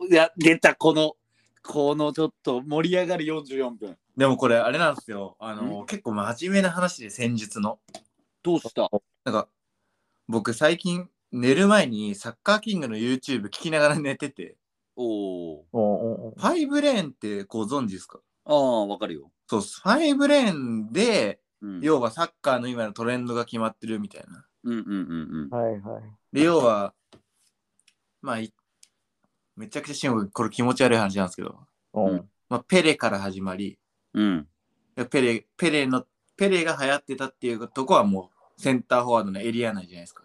Speaker 2: いや、出た、この、このちょっと盛り上がる44分。
Speaker 1: でもこれ、あれなんですよ。あの、結構真面目な話で、戦術の。
Speaker 2: どうした
Speaker 1: なんか、僕最近、寝る前にサッカーキングの YouTube 聞きながら寝てて、
Speaker 2: おお。
Speaker 4: おうおうおう
Speaker 1: ファイブレーンってご存知ですか
Speaker 2: ああ、わかるよ。
Speaker 1: そうっす。ファイブレーンで、
Speaker 2: うん、
Speaker 1: 要はサッカーの今のトレンドが決まってるみたいな。
Speaker 2: うんうんうん
Speaker 4: はいはい。
Speaker 1: で、要は、まあ、いめちゃくちゃシンプルこれ気持ち悪い話なんですけど、
Speaker 4: う
Speaker 2: うん
Speaker 4: ん。
Speaker 1: まあ、ペレから始まり、
Speaker 2: うん。うん。
Speaker 1: ペレ、ペレの、ペレが流行ってたっていうとこはもうセンターフォワードのエリア内じゃないですか。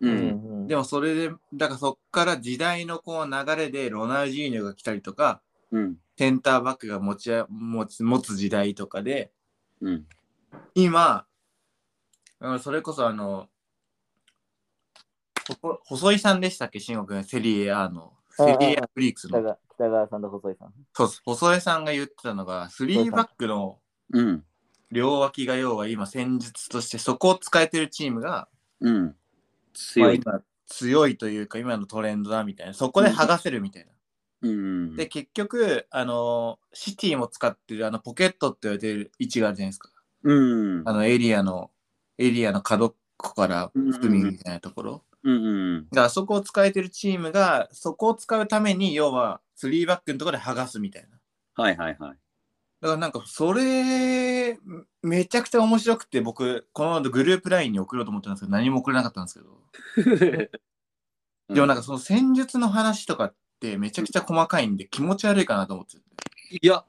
Speaker 2: う。
Speaker 4: うんん。
Speaker 1: でもそれで、だからそっから時代のこう流れでロナウジーニョが来たりとか、
Speaker 2: うん。
Speaker 1: センターバックが持ちあ、持つ、持つ時代とかで、
Speaker 2: うん。
Speaker 1: 今、うんそれこそあの、ほこ細井さんでしたっけ、慎吾君、セリエ A の、
Speaker 4: ああ
Speaker 1: セリエ A フリークス
Speaker 4: 北
Speaker 1: の。
Speaker 4: 川北川さんと細井さん。
Speaker 1: そうです細井さんが言ってたのが、3バックの
Speaker 2: うん。
Speaker 1: 両脇が要は今、戦術としてそこを使えてるチームが、
Speaker 2: うん。強い。
Speaker 1: まあ今強いというか、今のトレンドだみたいな、そこで剥がせるみたいな。
Speaker 2: うん。
Speaker 1: で、結局、あの、シティも使ってる、あの、ポケットって言われてる位置があるじゃないですか。
Speaker 2: うん。
Speaker 1: あの、エリアの、エリアの角っこから隅みたいなところ。
Speaker 2: うんうん。
Speaker 1: だからそこを使えてるチームがそこを使うために要は3バックのところで剥がすみたいな。
Speaker 2: はいはいはい。
Speaker 1: だからなんかそれめめちゃくちゃ面白くて僕この後グループ LINE に送ろうと思ってたんですけど何も送れなかったんですけど、でもなんかその戦術の話とかってめちゃくちゃ細かいんで気持ち悪いかなと思って
Speaker 2: いや、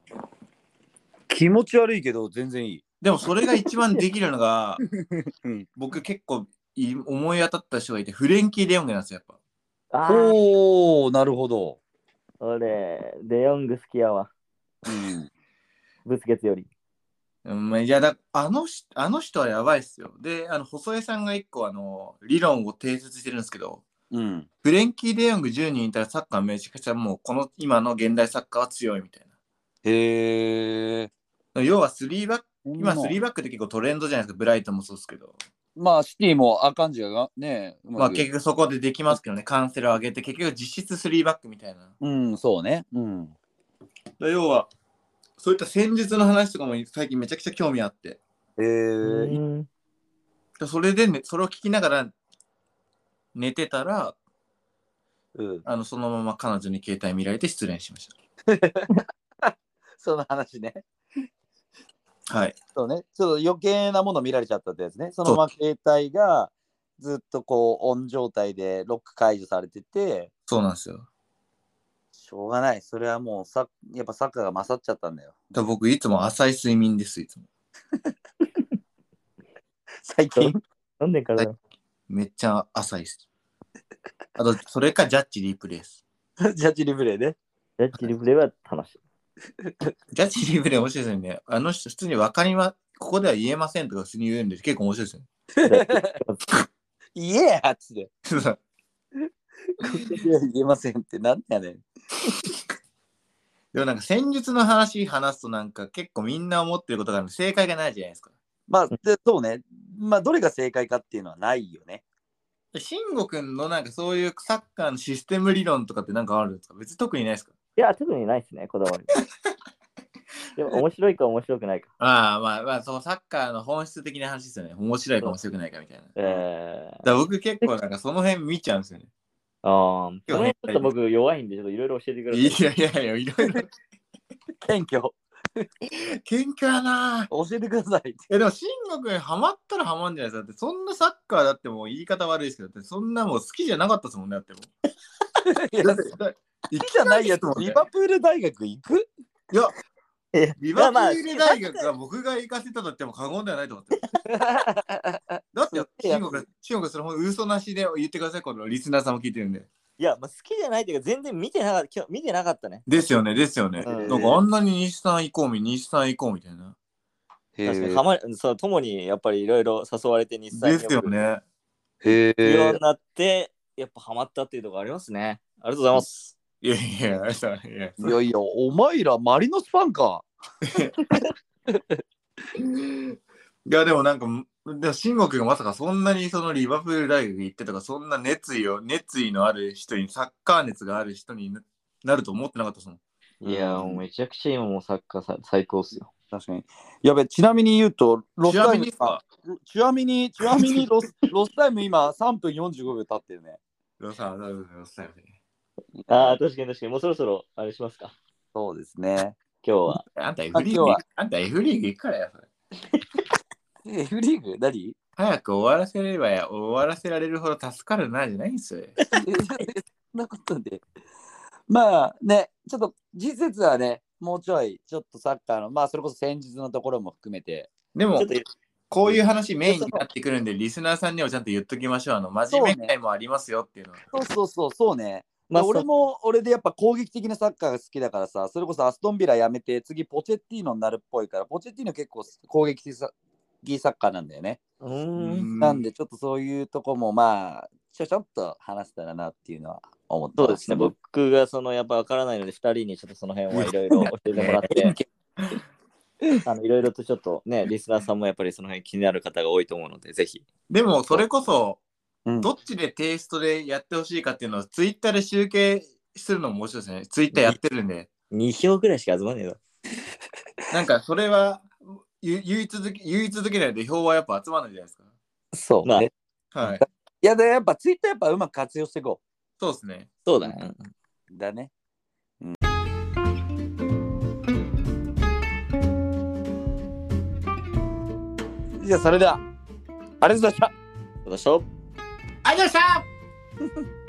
Speaker 2: 気持ち悪いけど、全然いい。
Speaker 1: でもそれが一番できるのが、
Speaker 2: うん
Speaker 1: 僕結構い思い当たった人がいてフレンキー・レオンゲなんですよやっ
Speaker 4: ああ、
Speaker 2: おおなるほど。
Speaker 4: 俺、デヨング好きやわ。
Speaker 2: うん。
Speaker 4: ぶつけつより。
Speaker 1: ぱ。うんまあいやだあのしあの人はやばいっすよ。であの細江さんが一個あの理論を提出してるんですけど
Speaker 2: うん。
Speaker 1: フレンキー・デヨング10人いたらサッカーめちゃくちゃもうこの今の現代サッカーは強いみたい
Speaker 2: へえ。
Speaker 1: な。要は3バック、今3
Speaker 2: リ
Speaker 1: バックって結構トレンドじゃないですか、ブライトンもそうですけど。
Speaker 2: まあ、シティもアカンジアがね、う
Speaker 1: まあ
Speaker 2: く
Speaker 1: 結局そこでできますけどね、カンセルを上げて結局実質3バックみたいな。
Speaker 2: うん、そうね。うん。
Speaker 1: 要は、そういった戦術の話とかも最近めちゃくちゃ興味あって。
Speaker 2: へえ。
Speaker 4: うん
Speaker 1: それで、ね、それを聞きながら寝てたら、
Speaker 2: うん。
Speaker 1: あのそのまま彼女に携帯見られて失恋しまし
Speaker 2: その話ね。
Speaker 1: た。はい。
Speaker 2: そうね。ちょっと余計なもの見られちゃったってやつね。そのまま携帯がずっとこう、オン状態でロック解除されてて、
Speaker 1: そうなんですよ。だか
Speaker 2: しょうがない。それはもうさ、やっぱサッカーが勝っちゃったんだよ。
Speaker 1: ら僕いつも浅い睡眠です、いつも。
Speaker 2: 最近。
Speaker 4: 飲んでっからだろ。
Speaker 1: めっちゃ浅いです。あと、それかジャッジリプレイです。
Speaker 2: ジャッジリプレイね。
Speaker 4: ジャッジリプレイは楽しい。
Speaker 1: ジャッジリプレイ面白いですよね。あの人、普通にわかりま、ここでは言えませんとか普通に言うんです。結構面白いですよね。
Speaker 2: イエーっつって。
Speaker 1: そう
Speaker 2: 言えませんってなんやねん。
Speaker 1: でもなんか戦術の話話すとなんか結構みんな思ってることがある正解がないじゃないですか。
Speaker 2: まあ、でそうね。まあ、どれが正解かっていうのはないよね。
Speaker 1: 慎吾くんのなんかそういうサッカーのシステム理論とかってなんかあるんですか別に特にないですか
Speaker 4: いや、特にないですね、こ だわり。でも、面白いか面白くないか。
Speaker 1: ああまあまあそのサッカーの本質的な話ですよね。面白いか面白くないかみたいな。だか
Speaker 4: えー、
Speaker 1: ら僕結構なんかその辺見ちゃうんですよね。
Speaker 4: あーその辺ちょっと僕弱いんで、ちょっといろいろ教えてください。
Speaker 1: いやいやいや、いろいろ
Speaker 2: 謙虚。
Speaker 1: 謙虚やなぁ。
Speaker 2: 教えてください。
Speaker 1: えでも、慎吾君ハマったらハマんじゃないですか。だって、そんなサッカーだってもう言い方悪いですけど、だってそんなもう好きじゃなかったですもんね、だってもう。
Speaker 2: いや
Speaker 1: だっ
Speaker 2: 好
Speaker 1: て だ行
Speaker 2: きじゃないやつ
Speaker 1: も、んね
Speaker 2: リバプール大学行く
Speaker 1: いや、
Speaker 4: いや
Speaker 1: リバプール大学が僕が行かせたとっても過言ではないと思 ってます。だってよ、慎吾君、慎吾君、それほんと嘘なしで言ってください、このリスナーさんも聞いてるんで。
Speaker 3: いや、まあ、好きじゃないというか、全然見てなかった、今日見てなかったね。
Speaker 1: ですよね、ですよね。
Speaker 2: うん
Speaker 1: なんかあんなに西さん行こうみ、西さん行こうみたいな。
Speaker 2: へ
Speaker 3: 確かに、はま、そう、ともにやっぱりいろいろ誘われて、日産
Speaker 1: ですよ。ね。
Speaker 2: へ
Speaker 3: いろになって、やっぱハマったっていうところありますね。ありがとうございます。
Speaker 1: いやいや、いや、
Speaker 2: いやいや、お前らマリノスファンか。
Speaker 1: いやでもなんか、でも慎吾君がまさかそんなにそのリバプール大学行ってとか、そんな熱意を、熱意のある人に、サッカー熱がある人にななると思ってなかったですもん。
Speaker 4: いや、もうめちゃくちゃ今もうサッカーさ最高っすよ。
Speaker 2: 確かに。やべ、ちなみに言うと、ロス
Speaker 1: ちな
Speaker 2: タイ
Speaker 1: み
Speaker 2: ム
Speaker 1: にさ、
Speaker 2: ちなみに、ちなみに ロスロスタイム今3分45秒経ってるね。
Speaker 1: ロサロサロサ
Speaker 4: ああ、確かに確かに。もうそろそろ、あれしますか。
Speaker 2: そうですね。
Speaker 4: 今日は。
Speaker 1: あんた F リーグ
Speaker 2: 今日は、
Speaker 1: あんた F リーグ行くからや、それ。
Speaker 2: F リーグ何
Speaker 1: 早く終わらせればや、終わらせられるほど助かるな、じゃないんすよ。
Speaker 2: そんなことで。まあね、ちょっと次節はね、もうちょい、ちょっとサッカーの、まあそれこそ戦術のところも含めて。
Speaker 1: でも
Speaker 4: ちょっ、と
Speaker 1: こういう話メインになってくるんで、リスナーさんにもちゃんと言っときましょう。あの、真面目会もありますよっていうのは。
Speaker 2: そうそうそう、そうね。
Speaker 4: まあ
Speaker 2: 俺
Speaker 4: 俺も
Speaker 2: も俺でやっぱ攻撃的なサッカーが好きだからさ、それこそアストンビラやめて、次ポチェッティーノになるっぽいから、ポチェッティーノ結構攻撃的サッカーなんだよね。
Speaker 4: うーん
Speaker 2: なんでちょっとそういうとこもまあちょちょっと話せたらなっていうのは思って
Speaker 3: そ
Speaker 2: ま
Speaker 3: うですね、僕がそのやっぱ分からないので、2人にちょっとその辺はいろいろ教えてもらって、 あのいろいろとちょっとね、リスナーさんもやっぱりその辺気になる方が多いと思うので、ぜひ。
Speaker 1: でも、それこそ、
Speaker 2: うん
Speaker 1: どっちでテイストでやってほしいかっていうのをツイッターで集計するのも面白いですね。ツイッターやってるんで。
Speaker 3: 2票ぐらいしか集まんねえぞ。
Speaker 1: なんかそれはゆ言い続け言い続けないと票はやっぱ集まらないじゃないです
Speaker 2: そう、
Speaker 3: まあ
Speaker 2: ね
Speaker 1: か。はい。
Speaker 2: いやでやっぱツイッターやっぱうまく活用していこ
Speaker 1: そうですね。
Speaker 3: そうだね。
Speaker 2: うだねうんじゃあそれではありがとうございました
Speaker 3: 私と
Speaker 1: ありがとうございました